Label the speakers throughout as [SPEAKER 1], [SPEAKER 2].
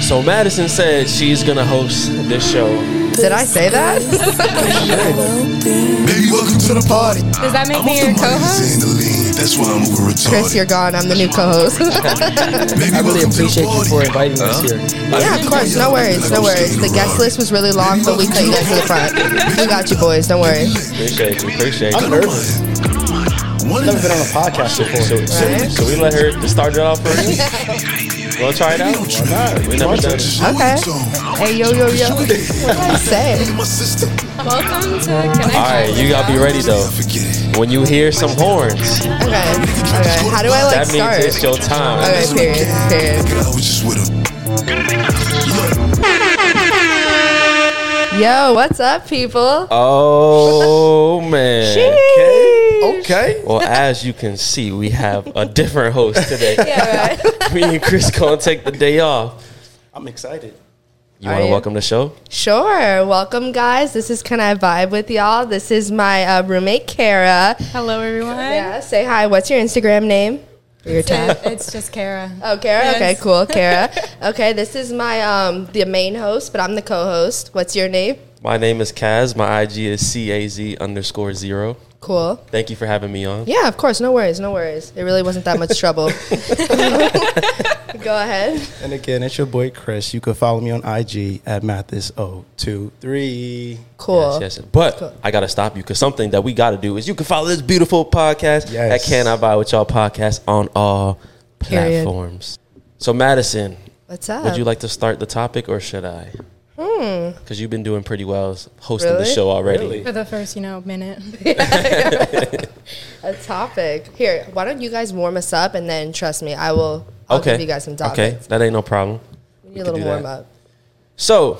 [SPEAKER 1] So Madison said she's gonna host this show.
[SPEAKER 2] Did I say that?
[SPEAKER 3] Baby, welcome to the party.
[SPEAKER 4] Does that make
[SPEAKER 3] I'm
[SPEAKER 4] me
[SPEAKER 3] off the money,
[SPEAKER 4] your co-host?
[SPEAKER 3] Zandaline. That's why I'm over
[SPEAKER 2] Chris, you're gone.
[SPEAKER 3] retarded.
[SPEAKER 2] I'm the new co-host.
[SPEAKER 3] Baby,
[SPEAKER 1] I really
[SPEAKER 3] welcome to the
[SPEAKER 1] appreciate you
[SPEAKER 3] party.
[SPEAKER 1] for inviting us here.
[SPEAKER 2] yeah, of course. No worries. No worries. The guest list was really long, but we cut you guys to the front. We got you, boys. Don't worry.
[SPEAKER 1] Appreciate you. Appreciate you.
[SPEAKER 3] I'm nervous. One
[SPEAKER 5] Never been on a podcast
[SPEAKER 1] So,
[SPEAKER 5] before.
[SPEAKER 1] so,
[SPEAKER 2] Right.
[SPEAKER 1] so we let her start it off for you. Wanna try it out? We never done it.
[SPEAKER 2] Okay. Hey, yo, yo, yo. What did I say?
[SPEAKER 3] My sister.
[SPEAKER 4] Welcome to Connection.
[SPEAKER 1] All right, you gotta be ready though.
[SPEAKER 3] Forget it.
[SPEAKER 1] When you hear some horns,
[SPEAKER 2] Okay. Okay. How do I, like,
[SPEAKER 1] that means it's
[SPEAKER 2] start?
[SPEAKER 1] your time.
[SPEAKER 2] Okay, period. Period.
[SPEAKER 3] I was just with her.
[SPEAKER 2] Yo, what's up, people?
[SPEAKER 1] Oh man.
[SPEAKER 2] Oh,
[SPEAKER 5] Okay.
[SPEAKER 1] Well, as you can see, we have a different host today.
[SPEAKER 2] Yeah, right.
[SPEAKER 1] Me and Chris gonna take the day off.
[SPEAKER 5] I'm excited.
[SPEAKER 1] You
[SPEAKER 2] Are
[SPEAKER 1] wanna
[SPEAKER 2] you?
[SPEAKER 1] welcome the show?
[SPEAKER 2] Sure. Welcome, guys. This is Can I Vibe with Y'all? This is my uh, roommate, Kara.
[SPEAKER 4] Hello, everyone.
[SPEAKER 2] Yeah, say hi. What's your Instagram name? Your tag.
[SPEAKER 4] It- it's just Kara.
[SPEAKER 2] Oh, Kara.
[SPEAKER 4] Yes.
[SPEAKER 2] Okay, cool, Kara. okay, this is my um the main host, but I'm the co-host. What's your name?
[SPEAKER 1] My name is Kaz. My IG is C A Z underscore zero.
[SPEAKER 2] Cool.
[SPEAKER 1] Thank you for having me on.
[SPEAKER 2] Yeah, of course. No worries. No worries. It really wasn't that much trouble. Go ahead.
[SPEAKER 5] And again, it's your boy Chris. You can follow me on IG at Mathis023.
[SPEAKER 2] Cool.
[SPEAKER 1] Yes, yes. But I gotta stop you because something that we gotta do is you can follow this beautiful podcast
[SPEAKER 5] Yes.
[SPEAKER 1] at Can I Buy with Y'all podcast on all
[SPEAKER 2] Period. Oh.
[SPEAKER 1] platforms. So Madison,
[SPEAKER 2] What's up?
[SPEAKER 1] would you like to start the topic or should I? Because you've been doing pretty well s- hosting the
[SPEAKER 2] Hmm. Really?
[SPEAKER 1] show already.
[SPEAKER 5] Really?
[SPEAKER 4] For the first, you know, minute.
[SPEAKER 2] a topic? Here, why don't you guys warm us up and then trust me, I will. I'll
[SPEAKER 1] okay.
[SPEAKER 2] give you guys some topics.
[SPEAKER 1] Okay, that ain't no problem.
[SPEAKER 2] We
[SPEAKER 1] We
[SPEAKER 2] need a
[SPEAKER 1] could
[SPEAKER 2] little
[SPEAKER 1] do that.
[SPEAKER 2] warm up.
[SPEAKER 1] So,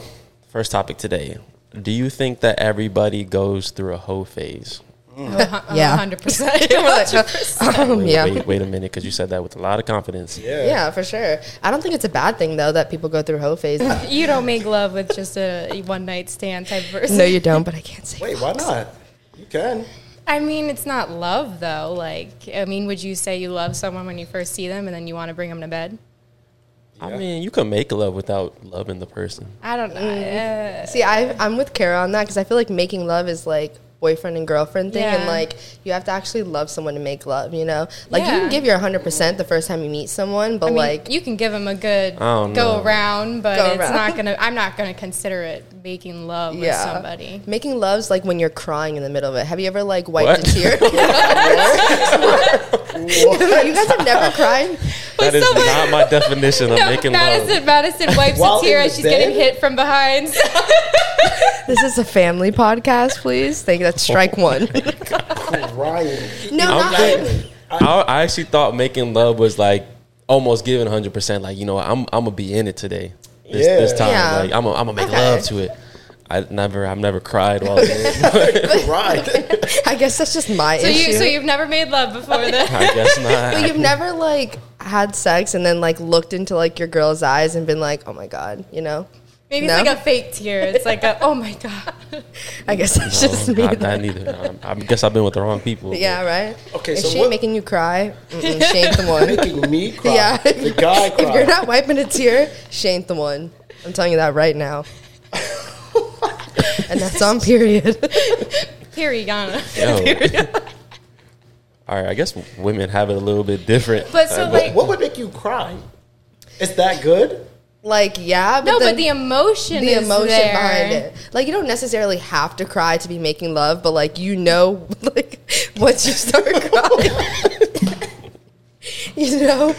[SPEAKER 1] first topic today. Do you think that everybody goes through a hoe phase?
[SPEAKER 4] Oh,
[SPEAKER 2] Yeah. "Oh."
[SPEAKER 1] Wait,
[SPEAKER 4] 100%.
[SPEAKER 2] um, yeah.
[SPEAKER 1] wait, wait a minute, because you said that with a lot of confidence.
[SPEAKER 5] Yeah.
[SPEAKER 2] Yeah, for sure. I don't think it's a bad thing though that people go through hoe phase.
[SPEAKER 4] you don't make love with just a one night stand type person.
[SPEAKER 2] no, you don't. But I can't say.
[SPEAKER 5] Wait, why not? You can.
[SPEAKER 4] I mean, it's not love though. Like, I mean, would you say you love someone when you first see them and then you want to bring them to bed?
[SPEAKER 1] I mean, you can make love without loving the person.
[SPEAKER 4] I don't know. Uh,
[SPEAKER 2] See, I, I'm with Kara on that because I feel like making love is like boyfriend and girlfriend thing, and
[SPEAKER 4] Yeah.
[SPEAKER 2] like you have to actually love someone to make love. You know, like you
[SPEAKER 4] Yeah.
[SPEAKER 2] can give your 100 percent the first time you meet someone, but
[SPEAKER 4] I mean,
[SPEAKER 2] like
[SPEAKER 4] you can give them a good
[SPEAKER 1] I don't
[SPEAKER 4] go
[SPEAKER 1] know.
[SPEAKER 4] around, but
[SPEAKER 2] Go
[SPEAKER 4] it's
[SPEAKER 2] around.
[SPEAKER 4] not gonna. I'm not gonna consider it making love
[SPEAKER 2] Yeah.
[SPEAKER 4] with somebody.
[SPEAKER 2] making love's like when you're crying in the middle of it. Have you ever like wiped
[SPEAKER 1] What?
[SPEAKER 2] a tear? you guys have never cried.
[SPEAKER 1] That is not my definition of
[SPEAKER 4] No,
[SPEAKER 1] making love.
[SPEAKER 4] Madison, Madison wipes
[SPEAKER 5] While
[SPEAKER 4] a tear
[SPEAKER 5] in
[SPEAKER 4] as
[SPEAKER 5] the
[SPEAKER 4] she's
[SPEAKER 5] bed?
[SPEAKER 4] getting hit from behind.
[SPEAKER 2] This is a family podcast, please. Thank that's strike one.
[SPEAKER 5] Ryan.
[SPEAKER 2] no,
[SPEAKER 1] I'm
[SPEAKER 2] not
[SPEAKER 1] like, I, I actually thought making love was like almost giving 100%. Like, you know, I'm, I'm going to be in it today. This,
[SPEAKER 5] Yeah.
[SPEAKER 1] this time.
[SPEAKER 2] Yeah.
[SPEAKER 1] Like, I'm going to make
[SPEAKER 2] Okay.
[SPEAKER 1] love to it. I never, I've never cried while in it.
[SPEAKER 5] Ryan.
[SPEAKER 2] I guess that's just my
[SPEAKER 4] so
[SPEAKER 2] issue.
[SPEAKER 4] you, so you've never made love before then.
[SPEAKER 1] I guess not.
[SPEAKER 2] But you've never like had sex and then like looked into like your girl's eyes and been like, oh my god, you know?
[SPEAKER 4] Maybe
[SPEAKER 2] No?
[SPEAKER 4] it's like a fake tear. It's like a oh my god.
[SPEAKER 2] I guess that's just me.
[SPEAKER 1] I, I Um, neither. Um, I, I guess I've been with the wrong people.
[SPEAKER 2] yeah, right.
[SPEAKER 5] Okay,
[SPEAKER 2] if
[SPEAKER 5] so
[SPEAKER 2] she ain't
[SPEAKER 5] what-
[SPEAKER 2] making you cry, mm-mm, she ain't the one.
[SPEAKER 5] Making me cry.
[SPEAKER 2] yeah,
[SPEAKER 5] The guy
[SPEAKER 2] if you're
[SPEAKER 5] cried.
[SPEAKER 2] not wiping a tear, she ain't the one. I'm telling you that right now. and that's on period.
[SPEAKER 4] Here we go.
[SPEAKER 1] Yo. All right, I guess women have it a little bit different.
[SPEAKER 4] But so
[SPEAKER 1] Uh,
[SPEAKER 4] like
[SPEAKER 5] what would make you cry? It's that good?
[SPEAKER 2] like yeah, but
[SPEAKER 4] no,
[SPEAKER 2] then
[SPEAKER 4] but the emotion,
[SPEAKER 2] the
[SPEAKER 4] is
[SPEAKER 2] emotion
[SPEAKER 4] there.
[SPEAKER 2] behind it. Like you don't necessarily have to cry to be making love, but like you know, like once you start crying, you know.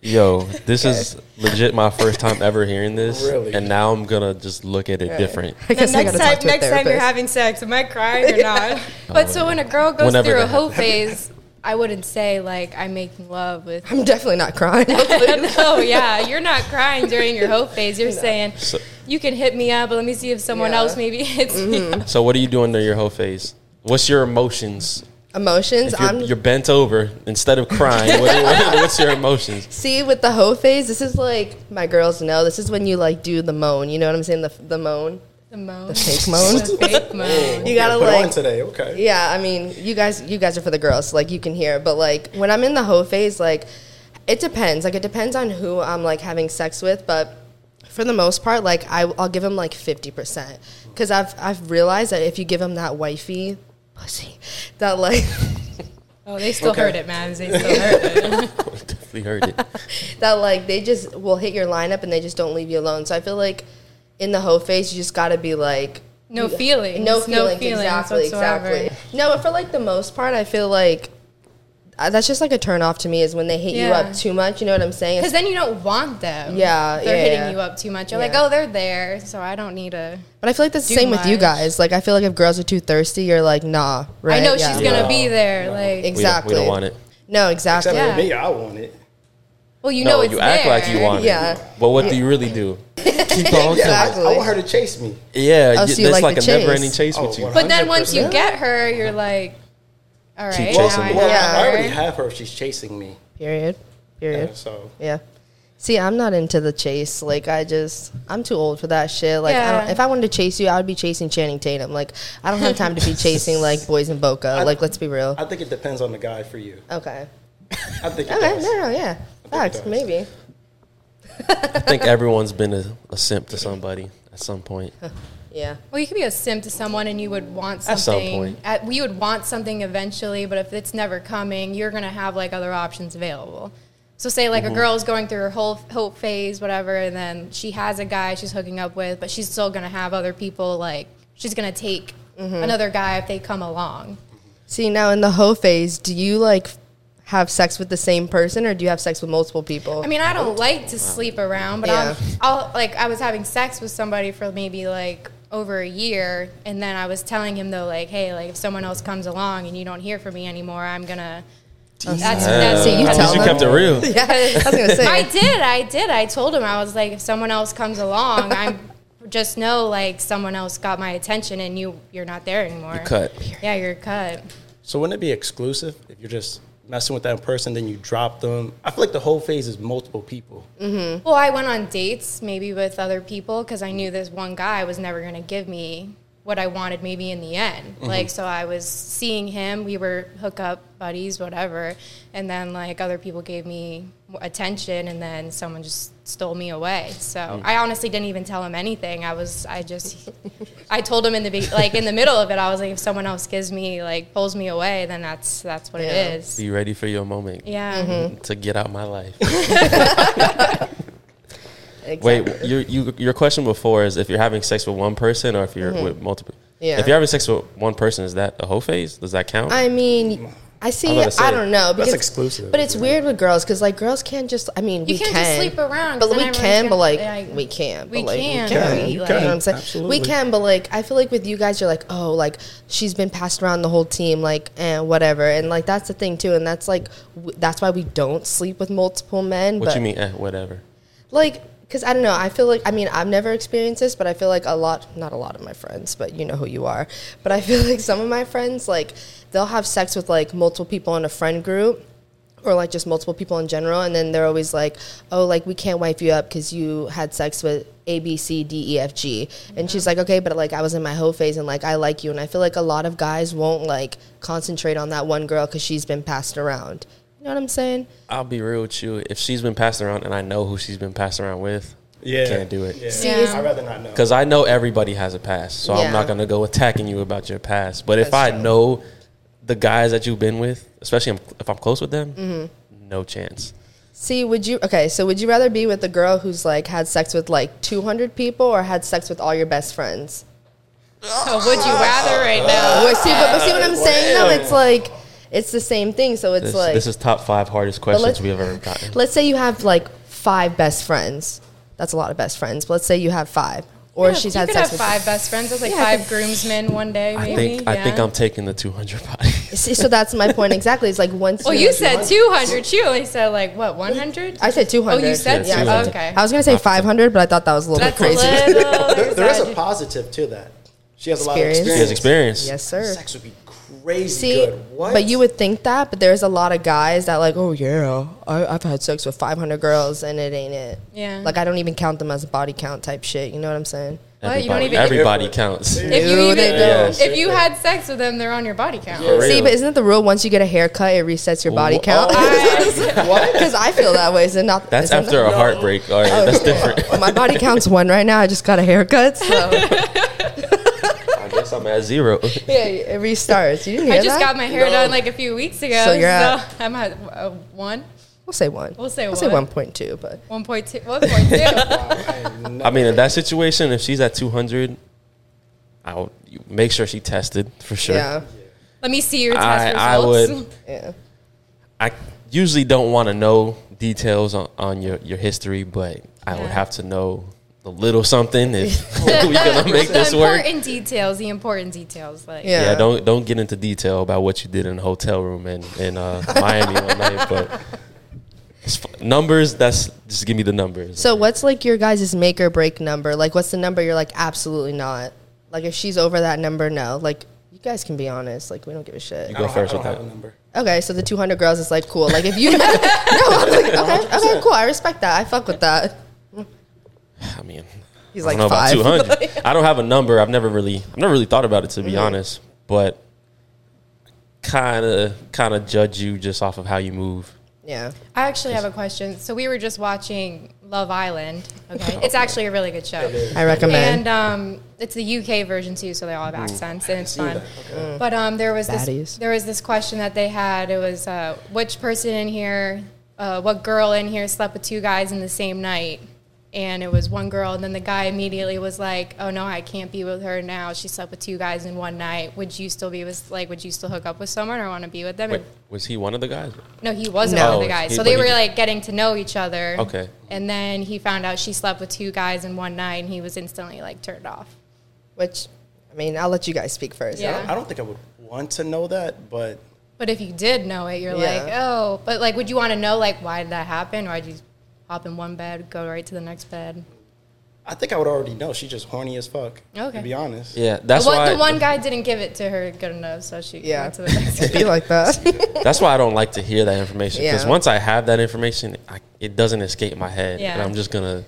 [SPEAKER 1] yo, this is legit my first time ever hearing this,
[SPEAKER 5] Really?
[SPEAKER 1] and now I'm gonna just look at it different.
[SPEAKER 2] I
[SPEAKER 4] The
[SPEAKER 2] guess I
[SPEAKER 4] next
[SPEAKER 2] gotta
[SPEAKER 4] time,
[SPEAKER 2] talk to a
[SPEAKER 4] next time you're
[SPEAKER 2] therapist.
[SPEAKER 4] having sex, am I crying or not? But so when a girl goes
[SPEAKER 1] Whenever
[SPEAKER 4] through a
[SPEAKER 1] that
[SPEAKER 4] hoe phase, I wouldn't say like I'm making love with.
[SPEAKER 2] I'm definitely not crying.
[SPEAKER 4] no, yeah, you're not crying during your hoe phase. You're saying
[SPEAKER 1] So,
[SPEAKER 4] you can hit me up, but let me see if someone
[SPEAKER 2] Yeah. Mm-hmm.
[SPEAKER 4] else maybe hits me. Up.
[SPEAKER 1] so what are you doing during your whole phase? What's your emotions?
[SPEAKER 2] Emotions.
[SPEAKER 1] If
[SPEAKER 2] um,
[SPEAKER 1] you're,
[SPEAKER 2] I'm
[SPEAKER 1] you're bent over instead of crying. what- what- what's your emotions?
[SPEAKER 2] see with the hoe phase. This is like my girls know. This is when you like do the moan. You know what I'm saying? The the moan,
[SPEAKER 4] The moan,
[SPEAKER 2] the fake moan.
[SPEAKER 4] the fake moan.
[SPEAKER 2] You gotta
[SPEAKER 5] put it on
[SPEAKER 2] like
[SPEAKER 5] today. Okay.
[SPEAKER 2] Yeah, I mean, you guys, you guys are for the girls, so, like you can hear. But like when I'm in the hoe phase, like it depends. Like it depends on who I'm like having sex with, but for the most part, like I, I'll give him like fifty percent because I've I've realized that if you give him that wifey pussy, that like
[SPEAKER 4] Oh, they still
[SPEAKER 1] Okay.
[SPEAKER 4] heard it, man. They still heard it.
[SPEAKER 1] Definitely heard it.
[SPEAKER 2] that like they just will hit your lineup and they just don't leave you alone. So I feel like in the hoe phase, you just got to be like
[SPEAKER 4] No feelings.
[SPEAKER 2] no feelings, exactly,
[SPEAKER 4] whatsoever.
[SPEAKER 2] exactly. No, but for like the most part, I feel like. uh, That's just like a turn off to me is when they hit you
[SPEAKER 4] Yeah.
[SPEAKER 2] up too much. You know what I'm saying?
[SPEAKER 4] Because then you don't want them.
[SPEAKER 2] Yeah,
[SPEAKER 4] They're
[SPEAKER 2] yeah,
[SPEAKER 4] hitting
[SPEAKER 2] yeah.
[SPEAKER 4] you up too much. You're like,
[SPEAKER 2] Yeah.
[SPEAKER 4] oh, they're there, so I don't need a.
[SPEAKER 2] But I feel like that's the
[SPEAKER 4] do
[SPEAKER 2] same with you
[SPEAKER 4] much.
[SPEAKER 2] guys. Like I feel like if girls are too thirsty, you're like, nah,
[SPEAKER 4] I
[SPEAKER 2] right?
[SPEAKER 4] know
[SPEAKER 2] Yeah.
[SPEAKER 4] she's gonna
[SPEAKER 1] No,
[SPEAKER 4] be there. Like,
[SPEAKER 1] We don't, we
[SPEAKER 2] Exactly.
[SPEAKER 1] don't want it.
[SPEAKER 2] No, exactly.
[SPEAKER 5] Except
[SPEAKER 4] Yeah.
[SPEAKER 5] for me, I want it.
[SPEAKER 4] well, you
[SPEAKER 1] No,
[SPEAKER 4] know, it's
[SPEAKER 1] you act like you
[SPEAKER 4] there.
[SPEAKER 1] want it.
[SPEAKER 2] Yeah.
[SPEAKER 1] But what do you really do? Keep on
[SPEAKER 5] Yeah,
[SPEAKER 2] Exactly.
[SPEAKER 5] I, I want her to chase me.
[SPEAKER 1] killing. Yeah.
[SPEAKER 2] Oh,
[SPEAKER 1] y-
[SPEAKER 2] so you
[SPEAKER 1] there's
[SPEAKER 2] like
[SPEAKER 1] like,
[SPEAKER 2] the
[SPEAKER 1] a never-ending
[SPEAKER 2] chase.
[SPEAKER 1] chase
[SPEAKER 5] Oh,
[SPEAKER 1] with you.
[SPEAKER 5] what-
[SPEAKER 4] But then once you
[SPEAKER 5] 100%.
[SPEAKER 4] get her, you're like, all right,
[SPEAKER 1] Keep
[SPEAKER 4] now
[SPEAKER 1] chasing
[SPEAKER 4] I
[SPEAKER 1] me.
[SPEAKER 4] have
[SPEAKER 5] Well, I
[SPEAKER 4] her.
[SPEAKER 5] already have her if she's chasing me.
[SPEAKER 2] Period. Period.
[SPEAKER 5] Yeah, so
[SPEAKER 2] Yeah. See, I'm not into the chase. Like I just, I'm too old for that shit. Like, I don't,
[SPEAKER 4] Yeah.
[SPEAKER 2] if I wanted to chase you, I would be chasing Channing Tatum. Like, I don't have time to be chasing like boys in Boca. like, let's be real.
[SPEAKER 5] I think it depends on the guy for you.
[SPEAKER 2] okay.
[SPEAKER 5] I think it
[SPEAKER 2] Okay.
[SPEAKER 5] does.
[SPEAKER 2] No. No. Yeah. Facts.
[SPEAKER 5] does.
[SPEAKER 2] Maybe.
[SPEAKER 1] I think everyone's been a, a simp to somebody at some point.
[SPEAKER 2] Yeah.
[SPEAKER 4] Well, you could be a simp to someone, and you would want
[SPEAKER 1] At some
[SPEAKER 4] something.
[SPEAKER 1] point.
[SPEAKER 4] at- you would want something eventually, but if it's never coming, you're gonna have like other options available. So, say
[SPEAKER 1] Mm-hmm.
[SPEAKER 4] like a girl's going through her whole hope phase, whatever, and then she has a guy she's hooking up with, but she's still gonna have other people. Like she's gonna take
[SPEAKER 1] Mm-hmm.
[SPEAKER 4] another guy if they come along.
[SPEAKER 2] See, now in the hoe phase, do you like have sex with the same person or do you have sex with multiple people?
[SPEAKER 4] I mean, I don't like to sleep around, but
[SPEAKER 2] Yeah.
[SPEAKER 4] I'll, I'll like I was having sex with somebody for maybe like over a year, and then I was telling him though, like, hey, like if someone else comes along and you don't hear from me anymore, I'm gonna. That's, that's
[SPEAKER 2] So you
[SPEAKER 1] At least
[SPEAKER 2] tell
[SPEAKER 1] you
[SPEAKER 2] them.
[SPEAKER 1] kept it real.
[SPEAKER 2] yeah, I was gonna say.
[SPEAKER 4] I did, I did. I told him I was like, if someone else comes along, I'm just know like someone else got my attention, and you you're not there anymore.
[SPEAKER 1] You cut.
[SPEAKER 4] Yeah, you're cut.
[SPEAKER 5] So wouldn't it be exclusive if you're just messing with that person, then you drop them? I feel like the whole phase is multiple people.
[SPEAKER 4] Well, I went on dates maybe with other people because I knew this one guy was never going to give me what I wanted maybe in the end. Like, so I was seeing him, we were hookup buddies, whatever. And then, like, other people gave me attention and then someone just stole me away. So I honestly didn't even tell him anything. I was, I just, I told him in the, be- like, in the middle of it, I was like, if someone else gives me, like, pulls me away, then that's, that's what
[SPEAKER 2] Yeah.
[SPEAKER 4] it is.
[SPEAKER 1] Be ready for your moment
[SPEAKER 4] Yeah.
[SPEAKER 2] Mm-hmm.
[SPEAKER 1] to get out my life.
[SPEAKER 2] Exactly.
[SPEAKER 1] Wait, you, you, your question before is if you're having sex with one person or if you're with multiple.
[SPEAKER 2] Mm-hmm. Yeah.
[SPEAKER 1] If you're having sex with one person, is that a whole phase? Does that count?
[SPEAKER 2] I mean, I see.
[SPEAKER 1] gonna say,
[SPEAKER 2] I don't know.
[SPEAKER 5] that's exclusive,
[SPEAKER 2] But it's weird with girls because like girls can't just. I mean,
[SPEAKER 4] You
[SPEAKER 2] we
[SPEAKER 4] can't
[SPEAKER 2] can
[SPEAKER 4] just sleep around, 'cause
[SPEAKER 2] But
[SPEAKER 4] then
[SPEAKER 2] we
[SPEAKER 4] everyone's
[SPEAKER 2] can. But
[SPEAKER 4] gonna-
[SPEAKER 2] like
[SPEAKER 4] like,
[SPEAKER 2] we can't.
[SPEAKER 4] we
[SPEAKER 2] but, like,
[SPEAKER 4] can,
[SPEAKER 5] can,
[SPEAKER 4] we
[SPEAKER 5] you
[SPEAKER 4] like-
[SPEAKER 2] You know what I'm saying?
[SPEAKER 5] Absolutely.
[SPEAKER 2] We can, but like I feel like with you guys, you're like, oh, like she's been passed around the whole team, like and whatever, and like that's the thing too, and that's like w- that's why we don't sleep with multiple men.
[SPEAKER 1] what
[SPEAKER 2] but
[SPEAKER 1] you mean? Eh, whatever.
[SPEAKER 2] like because i don't know i feel like i mean i've never experienced this but i feel like a lot not a lot of my friends but you know who you are but i feel like some of my friends like they'll have sex with like multiple people in a friend group or like just multiple people in general and then they're always like oh like we can't wipe you up because you had sex with a b c d e f g and she's like okay but like i was in my hoe phase and like i like you and i feel like a lot of guys won't like concentrate on that one girl because she's been passed around you know what i'm saying
[SPEAKER 1] I'll be real with you. If she's been passing around and I know who she's been passing around with,
[SPEAKER 5] Yeah,
[SPEAKER 1] can't do it.
[SPEAKER 5] Yeah.
[SPEAKER 2] see it's-
[SPEAKER 5] I'd rather not know.
[SPEAKER 1] Because I know everybody has a past, so
[SPEAKER 2] Yeah.
[SPEAKER 1] I'm not gonna go attacking you about your past. But if
[SPEAKER 2] That's
[SPEAKER 1] I
[SPEAKER 2] true.
[SPEAKER 1] know the guys that you've been with, especially I'm- if I'm close with them,
[SPEAKER 2] Mm-hmm.
[SPEAKER 1] no chance.
[SPEAKER 2] See, would you okay? So, would you rather be with a girl who's like had sex with like two hundred people, or had sex with all your best friends?
[SPEAKER 4] So would you rather right now?
[SPEAKER 2] Wait, see, but, but see what I'm saying? No, it's like it's the same thing. So it's
[SPEAKER 1] This,
[SPEAKER 2] like,
[SPEAKER 1] this is top five hardest
[SPEAKER 2] let's-
[SPEAKER 1] questions we've ever gotten.
[SPEAKER 2] let's say you have like five best friends. That's a lot of best friends. But let's say you have five, or
[SPEAKER 4] Yeah,
[SPEAKER 2] she's
[SPEAKER 4] you
[SPEAKER 2] had
[SPEAKER 4] could
[SPEAKER 2] sex with
[SPEAKER 4] have five best friends. That's like
[SPEAKER 2] Yeah, I
[SPEAKER 4] five groomsmen one day. Maybe.
[SPEAKER 1] I think I think
[SPEAKER 4] yeah.
[SPEAKER 1] I'm taking the 200 body.
[SPEAKER 2] See, so that's my point exactly. It's like once.
[SPEAKER 4] Well, you said 200. She only said like what 100.
[SPEAKER 2] I said two hundred.
[SPEAKER 4] Oh, you said
[SPEAKER 1] Yeah,
[SPEAKER 4] two.
[SPEAKER 1] 200.
[SPEAKER 4] Okay.
[SPEAKER 2] I was gonna say five hundred, but I thought that was a little
[SPEAKER 4] That's
[SPEAKER 2] bit crazy.
[SPEAKER 4] a little.
[SPEAKER 5] there, there is a
[SPEAKER 4] exagger-
[SPEAKER 5] positive to that. She has a lot of
[SPEAKER 2] Experience.
[SPEAKER 5] experience.
[SPEAKER 1] She has experience.
[SPEAKER 2] yes, sir.
[SPEAKER 5] Sex would be crazy
[SPEAKER 2] See,
[SPEAKER 5] good. What?
[SPEAKER 2] but you would think that, but there's a lot of guys that like, oh yeah, I, I've had sex with 500 girls and it ain't it.
[SPEAKER 4] Yeah.
[SPEAKER 2] Like I don't even count them as a body count type shit. You know what I'm saying?
[SPEAKER 4] What? You don't
[SPEAKER 1] Everybody-
[SPEAKER 4] even-
[SPEAKER 1] everybody counts.
[SPEAKER 4] If you
[SPEAKER 2] No,
[SPEAKER 4] even
[SPEAKER 2] they
[SPEAKER 1] don't.
[SPEAKER 4] if you had sex with them, they're on your body count.
[SPEAKER 1] For
[SPEAKER 2] See,
[SPEAKER 1] real.
[SPEAKER 2] but isn't that the rule? Once you get a haircut, it resets your body
[SPEAKER 1] Wha-
[SPEAKER 2] count.
[SPEAKER 5] What?
[SPEAKER 2] Because I feel that way. Is it not?
[SPEAKER 1] oh, That's
[SPEAKER 2] is it
[SPEAKER 1] after a heartbreak. All right, that's different.
[SPEAKER 2] not- my body counts one right now. I just got a haircut, so
[SPEAKER 1] I guess I'm at zero.
[SPEAKER 2] yeah, it restarts. You didn't hear
[SPEAKER 4] I just
[SPEAKER 2] that?
[SPEAKER 4] got my hair done like a few weeks ago.
[SPEAKER 2] So
[SPEAKER 4] So,
[SPEAKER 2] you're at-
[SPEAKER 4] I'm at uh, one,
[SPEAKER 2] we'll say one.
[SPEAKER 4] We'll say
[SPEAKER 2] we'll say
[SPEAKER 4] one.
[SPEAKER 2] one point two, but
[SPEAKER 4] 1.2, 1.2.
[SPEAKER 1] I mean, in that situation, if she's at 200, I'll you- make sure she tested for sure.
[SPEAKER 2] yeah,
[SPEAKER 4] Let me see your test
[SPEAKER 1] I- I
[SPEAKER 4] results.
[SPEAKER 1] would-
[SPEAKER 2] yeah.
[SPEAKER 1] I usually don't want to know details on, on your, your history, but I would
[SPEAKER 4] Yeah.
[SPEAKER 1] have to know a little something if we're gonna make
[SPEAKER 4] the
[SPEAKER 1] this work.
[SPEAKER 4] important details, the important details. Like,
[SPEAKER 2] Yeah.
[SPEAKER 1] Yeah, don't don't get into detail about what you did in a hotel room in in uh, Miami one night, but it's fu- numbers. That's just give me the numbers.
[SPEAKER 2] So what's like your guys' make or break number? Like, what's the number you're like absolutely not? Like, if she's over that number, no. Like, you guys can be honest. Like, we don't give a shit.
[SPEAKER 1] Go first
[SPEAKER 5] I
[SPEAKER 1] with
[SPEAKER 5] don't have a
[SPEAKER 1] that.
[SPEAKER 5] number.
[SPEAKER 2] Okay, so the 200 girls is like cool. Like, if you no, I'm like, okay, okay, cool. I respect that. I fuck with that.
[SPEAKER 1] I mean,
[SPEAKER 2] He's
[SPEAKER 1] I
[SPEAKER 2] like
[SPEAKER 1] don't know
[SPEAKER 2] five.
[SPEAKER 1] about 200. I don't have a number. I've never really I've never really thought about it to
[SPEAKER 2] Mm.
[SPEAKER 1] be honest, but kind of kind of judge you just off of how you move.
[SPEAKER 2] Yeah.
[SPEAKER 4] I actually have a question. So we were just watching Love Island. Okay, it's actually a really good show.
[SPEAKER 2] I recommend.
[SPEAKER 4] And um, it's the UK version too, so they all have accents and it's fun. But um, there was this
[SPEAKER 2] Baddies.
[SPEAKER 4] there was this question that they had. It was uh, which person in here, uh, what girl in here slept with two guys in the same night? And it was one girl, and then the guy immediately was like, "Oh no, I can't be with her now. She slept with two guys in one night. Would you still be with like? Would you still hook up with someone or want to be with them?"
[SPEAKER 1] Wait,
[SPEAKER 4] And-
[SPEAKER 1] was he one of the guys?
[SPEAKER 4] no, he wasn't
[SPEAKER 2] No.
[SPEAKER 4] one of the
[SPEAKER 1] Oh,
[SPEAKER 4] guys.
[SPEAKER 1] he-
[SPEAKER 4] so they
[SPEAKER 1] but
[SPEAKER 4] were
[SPEAKER 1] he-
[SPEAKER 4] like getting to know each other.
[SPEAKER 1] Okay.
[SPEAKER 4] And then he found out she slept with two guys in one night, and he was instantly like turned off.
[SPEAKER 2] which, I mean, I'll let you guys speak first.
[SPEAKER 4] Yeah.
[SPEAKER 5] I don't think I would want to know that, but
[SPEAKER 4] But if you did know it, you're
[SPEAKER 2] Yeah.
[SPEAKER 4] like, oh. But like, would you want to know like why did that happen? Why'd you hop in one bed, go right to the next bed?
[SPEAKER 5] I think I would already know. She's just horny as fuck.
[SPEAKER 4] Okay.
[SPEAKER 5] To be honest.
[SPEAKER 1] Yeah, that's
[SPEAKER 4] the, one,
[SPEAKER 1] why
[SPEAKER 4] the one guy didn't give it to her good enough, so she
[SPEAKER 2] Yeah.
[SPEAKER 4] went to the next.
[SPEAKER 2] Be like that.
[SPEAKER 1] That's why I don't like to hear that information because
[SPEAKER 2] Yeah.
[SPEAKER 1] once I have that information, I, it doesn't escape my head, and
[SPEAKER 4] Yeah.
[SPEAKER 1] I'm just gonna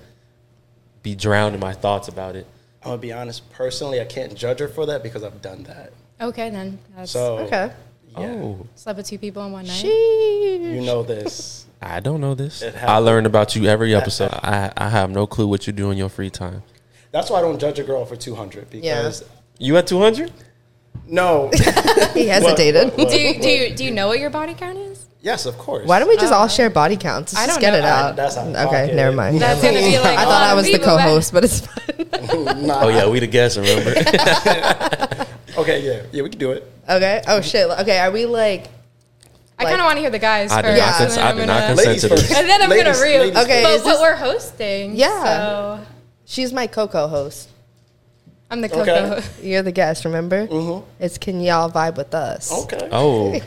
[SPEAKER 1] be drowned in my thoughts about it.
[SPEAKER 5] I'm gonna be honest. Personally, I can't judge her for that because I've done that.
[SPEAKER 4] okay, then. That's,
[SPEAKER 5] So
[SPEAKER 2] okay.
[SPEAKER 5] yeah,
[SPEAKER 1] Oh,
[SPEAKER 4] slept with two people in one night.
[SPEAKER 2] She.
[SPEAKER 5] you know this.
[SPEAKER 1] I don't know this.
[SPEAKER 5] It
[SPEAKER 1] I learn about you every episode.
[SPEAKER 5] happened.
[SPEAKER 1] I, I have no clue what you do in your free time.
[SPEAKER 5] That's why I don't judge a girl for 200 because
[SPEAKER 1] You at 200?
[SPEAKER 5] no.
[SPEAKER 2] He hesitated.
[SPEAKER 4] do you, do you, do you know what your body count is?
[SPEAKER 5] yes, of course.
[SPEAKER 2] Why don't we just
[SPEAKER 4] Oh.
[SPEAKER 2] all share body counts? Let's
[SPEAKER 4] I
[SPEAKER 2] just
[SPEAKER 4] don't
[SPEAKER 2] get it
[SPEAKER 4] know.
[SPEAKER 2] out.
[SPEAKER 5] That's out of
[SPEAKER 2] okay,
[SPEAKER 5] pocket.
[SPEAKER 2] never mind.
[SPEAKER 4] That's gonna be like.
[SPEAKER 2] I
[SPEAKER 4] a
[SPEAKER 2] thought
[SPEAKER 4] lot
[SPEAKER 2] I
[SPEAKER 4] of
[SPEAKER 2] was the
[SPEAKER 4] people, but-
[SPEAKER 2] co-host, but it's fine.
[SPEAKER 5] Nah.
[SPEAKER 1] Oh yeah, we the guests. Remember?
[SPEAKER 5] Okay, yeah, yeah, we can do it.
[SPEAKER 2] Okay. Oh shit. Okay. Are we like?
[SPEAKER 4] I kind of
[SPEAKER 2] Like-
[SPEAKER 4] want to hear the guys
[SPEAKER 1] I did
[SPEAKER 4] first.
[SPEAKER 1] not.
[SPEAKER 4] and
[SPEAKER 1] Cons-
[SPEAKER 4] then
[SPEAKER 1] I
[SPEAKER 4] I'm
[SPEAKER 1] did not
[SPEAKER 4] gonna-
[SPEAKER 1] consent
[SPEAKER 5] Ladies
[SPEAKER 1] to this.
[SPEAKER 5] first.
[SPEAKER 4] And then I'm
[SPEAKER 5] Ladies-
[SPEAKER 4] gonna read.
[SPEAKER 5] ladies
[SPEAKER 2] Okay,
[SPEAKER 4] but,
[SPEAKER 2] is
[SPEAKER 4] but
[SPEAKER 2] this-
[SPEAKER 4] we're hosting.
[SPEAKER 2] Yeah.
[SPEAKER 4] so
[SPEAKER 2] She's my co-co-host.
[SPEAKER 4] I'm the
[SPEAKER 5] Okay.
[SPEAKER 4] coco.
[SPEAKER 2] You're the guest. Remember? Mm-hmm. It's can y'all vibe with us?
[SPEAKER 5] Okay.
[SPEAKER 1] Oh,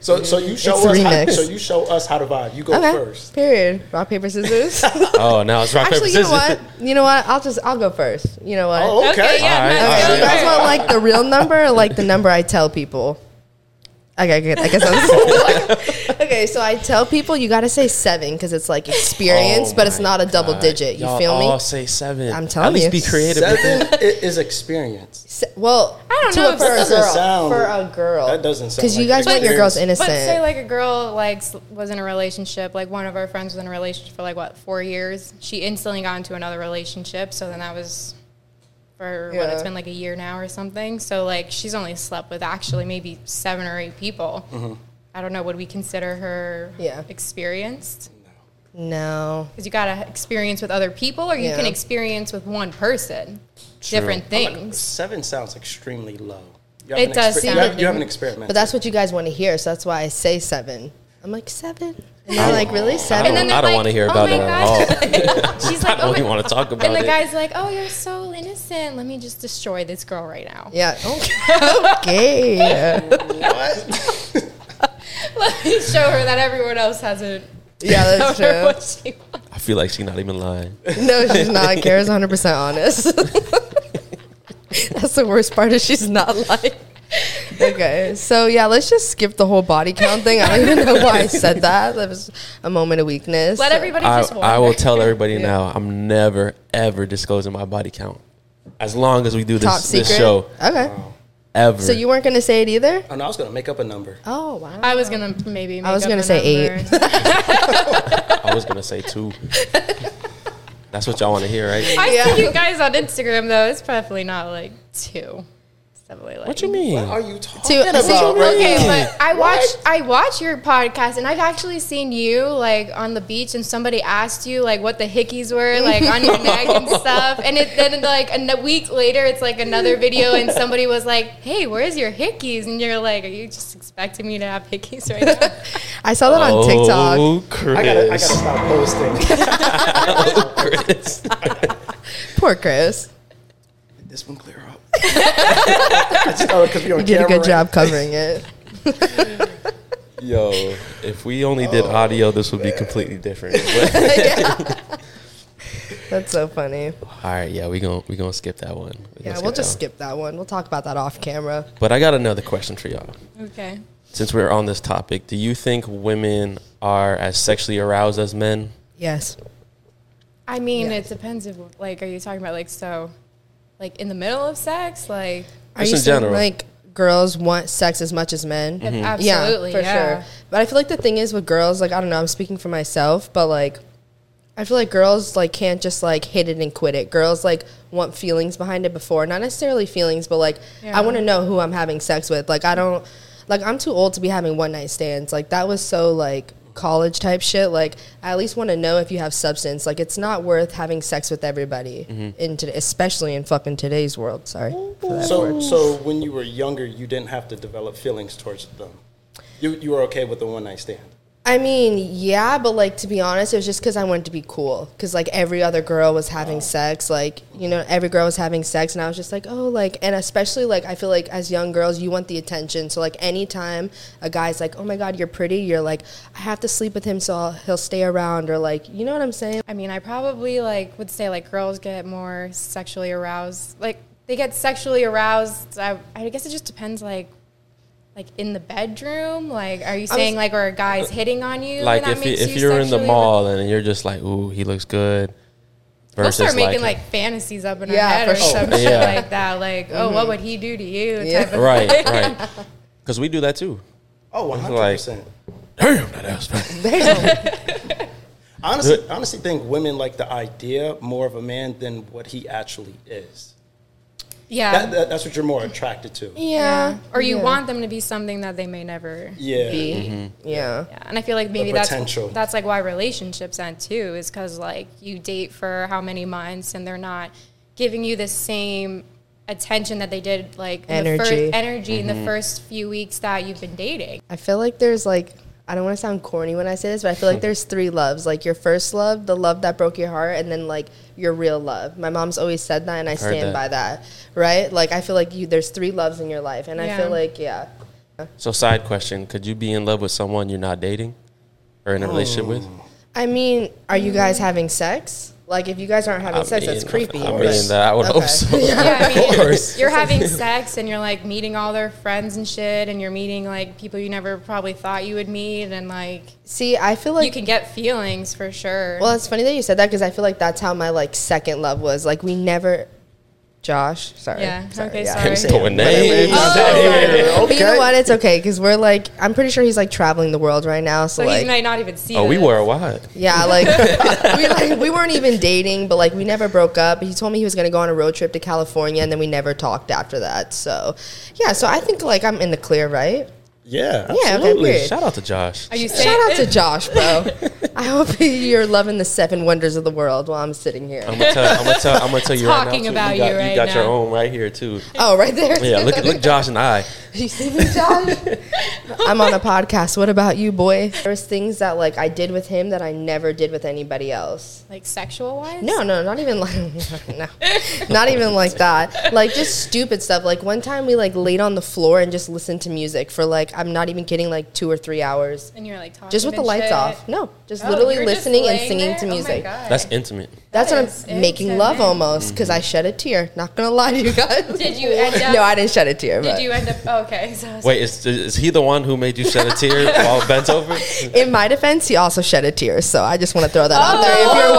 [SPEAKER 5] So so you show
[SPEAKER 2] It's
[SPEAKER 5] us how,
[SPEAKER 2] remixed.
[SPEAKER 5] so you show us how to vibe. You go
[SPEAKER 2] Okay.
[SPEAKER 5] first.
[SPEAKER 2] Period. Rock paper scissors.
[SPEAKER 1] oh, now it's rock paper
[SPEAKER 2] Actually, you know
[SPEAKER 1] scissors.
[SPEAKER 2] what? You know what? I'll just I'll go first. You know what?
[SPEAKER 5] Oh, okay.
[SPEAKER 4] Okay, yeah,
[SPEAKER 1] All right,
[SPEAKER 4] Matt's
[SPEAKER 1] all
[SPEAKER 2] So
[SPEAKER 1] right.
[SPEAKER 2] you
[SPEAKER 4] going
[SPEAKER 2] guys
[SPEAKER 4] first.
[SPEAKER 2] want like the real number or like the number I tell people? Okay, good. I guess I'm. okay, so I tell people you got to say seven because it's like experience,
[SPEAKER 1] Oh
[SPEAKER 2] but it's
[SPEAKER 1] my
[SPEAKER 2] not a double
[SPEAKER 1] God.
[SPEAKER 2] digit. You
[SPEAKER 1] Y'all
[SPEAKER 2] feel me?
[SPEAKER 1] All say seven.
[SPEAKER 2] I'm telling
[SPEAKER 1] At least
[SPEAKER 2] you.
[SPEAKER 1] be creative. with it.
[SPEAKER 5] Seven i- is experience.
[SPEAKER 2] Se- well,
[SPEAKER 4] I don't
[SPEAKER 2] to
[SPEAKER 4] know
[SPEAKER 2] a-
[SPEAKER 4] if
[SPEAKER 2] for
[SPEAKER 4] that
[SPEAKER 2] a
[SPEAKER 5] doesn't
[SPEAKER 2] girl.
[SPEAKER 5] sound-
[SPEAKER 2] for a girl,
[SPEAKER 5] That doesn't sound
[SPEAKER 2] because you
[SPEAKER 5] like
[SPEAKER 2] guys want your girls
[SPEAKER 5] experience.
[SPEAKER 2] innocent.
[SPEAKER 4] But say like a girl like s- was in a relationship, like one of our friends was in a relationship for like what four years. She instantly got into another relationship, so then that was for what
[SPEAKER 2] Yeah.
[SPEAKER 4] it's been like a year now or something. So like she's only slept with actually maybe seven or eight people. I don't know. Would we consider her
[SPEAKER 2] Mm-hmm. Yeah.
[SPEAKER 4] experienced?
[SPEAKER 2] no,
[SPEAKER 4] Because you got to experience with other people, or you
[SPEAKER 2] Yeah.
[SPEAKER 4] can experience with one person
[SPEAKER 1] True.
[SPEAKER 4] different things.
[SPEAKER 5] Seven sounds extremely low. You have
[SPEAKER 4] It
[SPEAKER 5] an
[SPEAKER 4] does
[SPEAKER 5] exper-
[SPEAKER 4] sound-
[SPEAKER 5] You have, you have an experiment.
[SPEAKER 2] but that's what you guys want to hear. So that's why I say seven. I'm like seven, and they're
[SPEAKER 5] Oh.
[SPEAKER 2] like, really
[SPEAKER 1] I
[SPEAKER 2] seven?
[SPEAKER 1] don't,
[SPEAKER 4] then they're
[SPEAKER 1] I don't
[SPEAKER 4] like,
[SPEAKER 1] want to hear
[SPEAKER 4] "Oh
[SPEAKER 1] about
[SPEAKER 4] my
[SPEAKER 1] it at all.
[SPEAKER 4] God." She's
[SPEAKER 1] I
[SPEAKER 4] like,
[SPEAKER 1] don't
[SPEAKER 4] oh my
[SPEAKER 1] even want to talk about
[SPEAKER 4] And the
[SPEAKER 1] it.
[SPEAKER 4] guy's like, "Oh, you're so innocent. Let me just destroy this girl right now.
[SPEAKER 2] yeah. Okay. yeah,
[SPEAKER 4] Let me show her that everyone else hasn't
[SPEAKER 2] that's
[SPEAKER 4] told her
[SPEAKER 2] true.
[SPEAKER 4] what she wants."
[SPEAKER 1] I feel like she's not even lying.
[SPEAKER 2] No, she's not. Kara's 100 percent honest. That's the worst part is she's not lying. Okay, so yeah, let's just skip the whole body count thing. I don't even know why I said that. That was a moment of weakness.
[SPEAKER 4] Let everybody
[SPEAKER 1] I,
[SPEAKER 4] just.
[SPEAKER 1] I will
[SPEAKER 4] wander.
[SPEAKER 1] tell everybody now. I'm never ever disclosing my body count. as long as we do
[SPEAKER 2] Top
[SPEAKER 1] this,
[SPEAKER 2] secret.
[SPEAKER 1] this show
[SPEAKER 2] Okay.
[SPEAKER 1] ever.
[SPEAKER 2] So you weren't gonna say it either?
[SPEAKER 5] Oh, no, I was gonna make up a number.
[SPEAKER 2] Oh wow.
[SPEAKER 4] I was gonna maybe. Make
[SPEAKER 2] was
[SPEAKER 4] up
[SPEAKER 2] gonna
[SPEAKER 4] a
[SPEAKER 2] say
[SPEAKER 4] number.
[SPEAKER 1] I was gonna say two. That's what y'all want to hear, right?
[SPEAKER 4] I
[SPEAKER 2] Yeah.
[SPEAKER 4] see you guys on Instagram though. It's probably not like two. It's definitely like
[SPEAKER 1] What you mean?
[SPEAKER 5] Are you
[SPEAKER 2] Two-
[SPEAKER 5] talking about
[SPEAKER 2] Oh. see,
[SPEAKER 5] right
[SPEAKER 4] Okay,
[SPEAKER 5] now?
[SPEAKER 4] but I
[SPEAKER 5] What?
[SPEAKER 4] watched I watch your podcast and I've actually seen you like on the beach and somebody asked you like what the hickeys were like on your neck and stuff and it then like a week later it's like another video and somebody was like hey where's your hickeys and you're like are you just expecting me to have hickeys right now
[SPEAKER 2] I saw that on TikTok.
[SPEAKER 1] Oh, Chris.
[SPEAKER 5] I gotta, I gotta stop posting.
[SPEAKER 1] Chris.
[SPEAKER 2] Poor Chris.
[SPEAKER 5] Did this one clear up? I just thought because you're on
[SPEAKER 2] You did a
[SPEAKER 5] camera.
[SPEAKER 2] good job covering it.
[SPEAKER 1] Yo, if we only did audio, this would be completely different. But-
[SPEAKER 2] That's so funny.
[SPEAKER 1] all right, yeah, we gonna we gonna skip that one. We gonna
[SPEAKER 2] Yeah, we'll
[SPEAKER 1] that
[SPEAKER 2] just
[SPEAKER 1] one.
[SPEAKER 2] skip that one. We'll talk about that off camera.
[SPEAKER 1] But I got another question for y'all.
[SPEAKER 4] okay
[SPEAKER 1] Since we're on this topic, do you think women are as sexually aroused as men?
[SPEAKER 2] Yes.
[SPEAKER 4] I mean it depends if like are you talking about like so like in the middle of sex like
[SPEAKER 1] Just
[SPEAKER 2] Are you
[SPEAKER 1] in
[SPEAKER 2] saying
[SPEAKER 1] general. Mm-hmm.
[SPEAKER 2] like girls want sex as much as men?
[SPEAKER 4] absolutely
[SPEAKER 2] yeah, for
[SPEAKER 4] yeah.
[SPEAKER 2] sure. But I feel like the thing is with girls, like I don't know, I'm speaking for myself, but like I feel like girls like can't just like hit it and quit it. Girls like want feelings behind it before, not necessarily feelings, but like
[SPEAKER 4] Yeah.
[SPEAKER 2] I want to know who I'm having sex with. Like I don't like I'm too old to be having one night stands. Like that was so like college type shit. Like I at least want to know if you have substance. Like it's not worth having sex with everybody
[SPEAKER 1] Mm-hmm.
[SPEAKER 2] in today, especially in fucking today's world. Sorry. for that
[SPEAKER 5] So, so when you were younger, you didn't have to develop feelings towards them. You, you were okay with the one night stand.
[SPEAKER 2] I mean, yeah, but like to be honest, it was just because I wanted to be cool. Because like every other girl was having sex, like you know, every girl was having sex, and I was just like, oh, like, and especially like I feel like as young girls, you want the attention. So like anytime a guy's like, oh my god, you're pretty, you're like, I have to sleep with him, so I'll, he'll stay around, or like, you know what I'm saying?
[SPEAKER 4] I mean, I probably like would say like girls get more sexually aroused. Like they get sexually aroused. I, I guess it just depends like like in the bedroom. Like are you saying like or a guy's
[SPEAKER 2] Uh,
[SPEAKER 4] hitting on you? and
[SPEAKER 1] Like
[SPEAKER 4] that
[SPEAKER 1] if you,
[SPEAKER 4] makes
[SPEAKER 1] if
[SPEAKER 4] you
[SPEAKER 1] you're in the
[SPEAKER 4] sexually
[SPEAKER 1] mall and you're just like, ooh, he looks good.
[SPEAKER 4] We'll
[SPEAKER 1] Versus
[SPEAKER 4] start making
[SPEAKER 1] like
[SPEAKER 4] like, fantasies up in
[SPEAKER 2] Yeah,
[SPEAKER 4] our head
[SPEAKER 2] for
[SPEAKER 4] or
[SPEAKER 2] sure. Mm-hmm.
[SPEAKER 4] some
[SPEAKER 1] Oh,
[SPEAKER 4] shit
[SPEAKER 1] yeah.
[SPEAKER 4] like that. Like, oh, what would he do to you?
[SPEAKER 2] Yeah.
[SPEAKER 4] Type of
[SPEAKER 1] right, right, because we do that too.
[SPEAKER 5] Oh, 100%.
[SPEAKER 1] Damn, that ass fat.
[SPEAKER 5] I honestly, I honestly think women like the idea more of a man than what he actually is.
[SPEAKER 2] Um,
[SPEAKER 4] Yeah.
[SPEAKER 5] That, that, that's what you're more attracted to.
[SPEAKER 4] yeah. Or you
[SPEAKER 2] Yeah.
[SPEAKER 4] want them to be something that they may never
[SPEAKER 5] Yeah.
[SPEAKER 2] Be. Yeah.
[SPEAKER 4] Yeah, and I feel like maybe that's
[SPEAKER 5] potential.
[SPEAKER 4] that's like why relationships end too, is because like you date for how many months and they're not giving you the same attention that they did like in the
[SPEAKER 2] Energy.
[SPEAKER 4] first, energy in the
[SPEAKER 1] Mm-hmm.
[SPEAKER 4] first few weeks that you've been dating.
[SPEAKER 2] I feel like there's like I don't want to sound corny when I say this, but I feel like there's three loves. Like your first love, the love that broke your heart, and then like your real love. My mom's always said that, and I stand
[SPEAKER 1] that.
[SPEAKER 2] by that. Right? Like I feel like you there's three loves in your life, and I
[SPEAKER 4] Yeah.
[SPEAKER 2] feel like yeah,
[SPEAKER 1] So, side question: Could you be in love with someone you're not dating or in a relationship with?
[SPEAKER 2] I mean, are you guys having sex? Like, if you guys aren't having sex, that's
[SPEAKER 1] mean,
[SPEAKER 2] creepy.
[SPEAKER 1] I
[SPEAKER 2] but-
[SPEAKER 1] mean, that I would hope
[SPEAKER 2] Okay.
[SPEAKER 1] so.
[SPEAKER 4] Yeah, I mean,
[SPEAKER 1] course.
[SPEAKER 4] you're having sex and you're like meeting all their friends and shit, and you're meeting like people you never probably thought you would meet, and like
[SPEAKER 2] See, I feel like
[SPEAKER 4] you can get feelings for sure.
[SPEAKER 2] Well, it's funny that you said that because I feel like that's how my like second love was. Like, we never, Josh. Sorry.
[SPEAKER 4] Yeah, okay,
[SPEAKER 1] Keeps
[SPEAKER 4] Sorry.
[SPEAKER 1] going names.
[SPEAKER 4] Oh,
[SPEAKER 2] But you know what? It's okay because we're like, I'm pretty sure he's like traveling the world right now. So,
[SPEAKER 4] so
[SPEAKER 2] like,
[SPEAKER 4] he might not even see.
[SPEAKER 1] Oh, we
[SPEAKER 4] this.
[SPEAKER 1] worldwide.
[SPEAKER 2] yeah, like we, like we weren't even dating, but like we never broke up. He told me he was going to go on a road trip to California, and then we never talked after that. So, yeah, so I think like I'm in the clear, right?
[SPEAKER 5] Yeah.
[SPEAKER 2] Yeah, okay,
[SPEAKER 5] absolutely.
[SPEAKER 2] weird.
[SPEAKER 1] Shout out to Josh.
[SPEAKER 4] Are you saying?
[SPEAKER 2] Shout out to Josh, bro. I hope you're loving the seven wonders of the world while I'm sitting here.
[SPEAKER 1] I'm gonna tell. I'm gonna tell. I'm gonna tell you right now.
[SPEAKER 4] Talking
[SPEAKER 1] too,
[SPEAKER 4] about
[SPEAKER 1] you got,
[SPEAKER 4] you right
[SPEAKER 1] got your
[SPEAKER 4] now.
[SPEAKER 1] own right here too.
[SPEAKER 2] Oh, right there.
[SPEAKER 1] Yeah, look at look Josh and I.
[SPEAKER 2] You see me, Josh? I'm on a podcast. What about you, boy? There's things that like I did with him that I never did with anybody else.
[SPEAKER 4] like sexual wise?
[SPEAKER 2] No, no, not even like no, not even like that. Like just stupid stuff. Like one time we like laid on the floor and just listened to music for like I'm not even kidding, like two or three hours,
[SPEAKER 4] And you're like talking
[SPEAKER 2] just with the
[SPEAKER 4] and
[SPEAKER 2] lights
[SPEAKER 4] shit.
[SPEAKER 2] off. No, just
[SPEAKER 4] Oh,
[SPEAKER 2] literally
[SPEAKER 4] you were just
[SPEAKER 2] listening and
[SPEAKER 4] laying
[SPEAKER 2] singing
[SPEAKER 4] there?
[SPEAKER 2] to
[SPEAKER 4] Oh my
[SPEAKER 2] music.
[SPEAKER 4] God.
[SPEAKER 1] That's intimate.
[SPEAKER 2] That's
[SPEAKER 4] That
[SPEAKER 2] what
[SPEAKER 4] is
[SPEAKER 2] I'm making love
[SPEAKER 4] intimate.
[SPEAKER 2] almost because I shed a tear. Not gonna lie to you guys.
[SPEAKER 4] Did you end up-
[SPEAKER 2] No, I didn't shed a tear.
[SPEAKER 4] Did
[SPEAKER 2] but-
[SPEAKER 4] you end up? oh, Okay, so I was
[SPEAKER 1] Wait, is is he the one who made you shed a tear while bent over?
[SPEAKER 2] In my defense, he also shed a tear, so I just want to throw that out there. If
[SPEAKER 4] Oh,
[SPEAKER 2] you're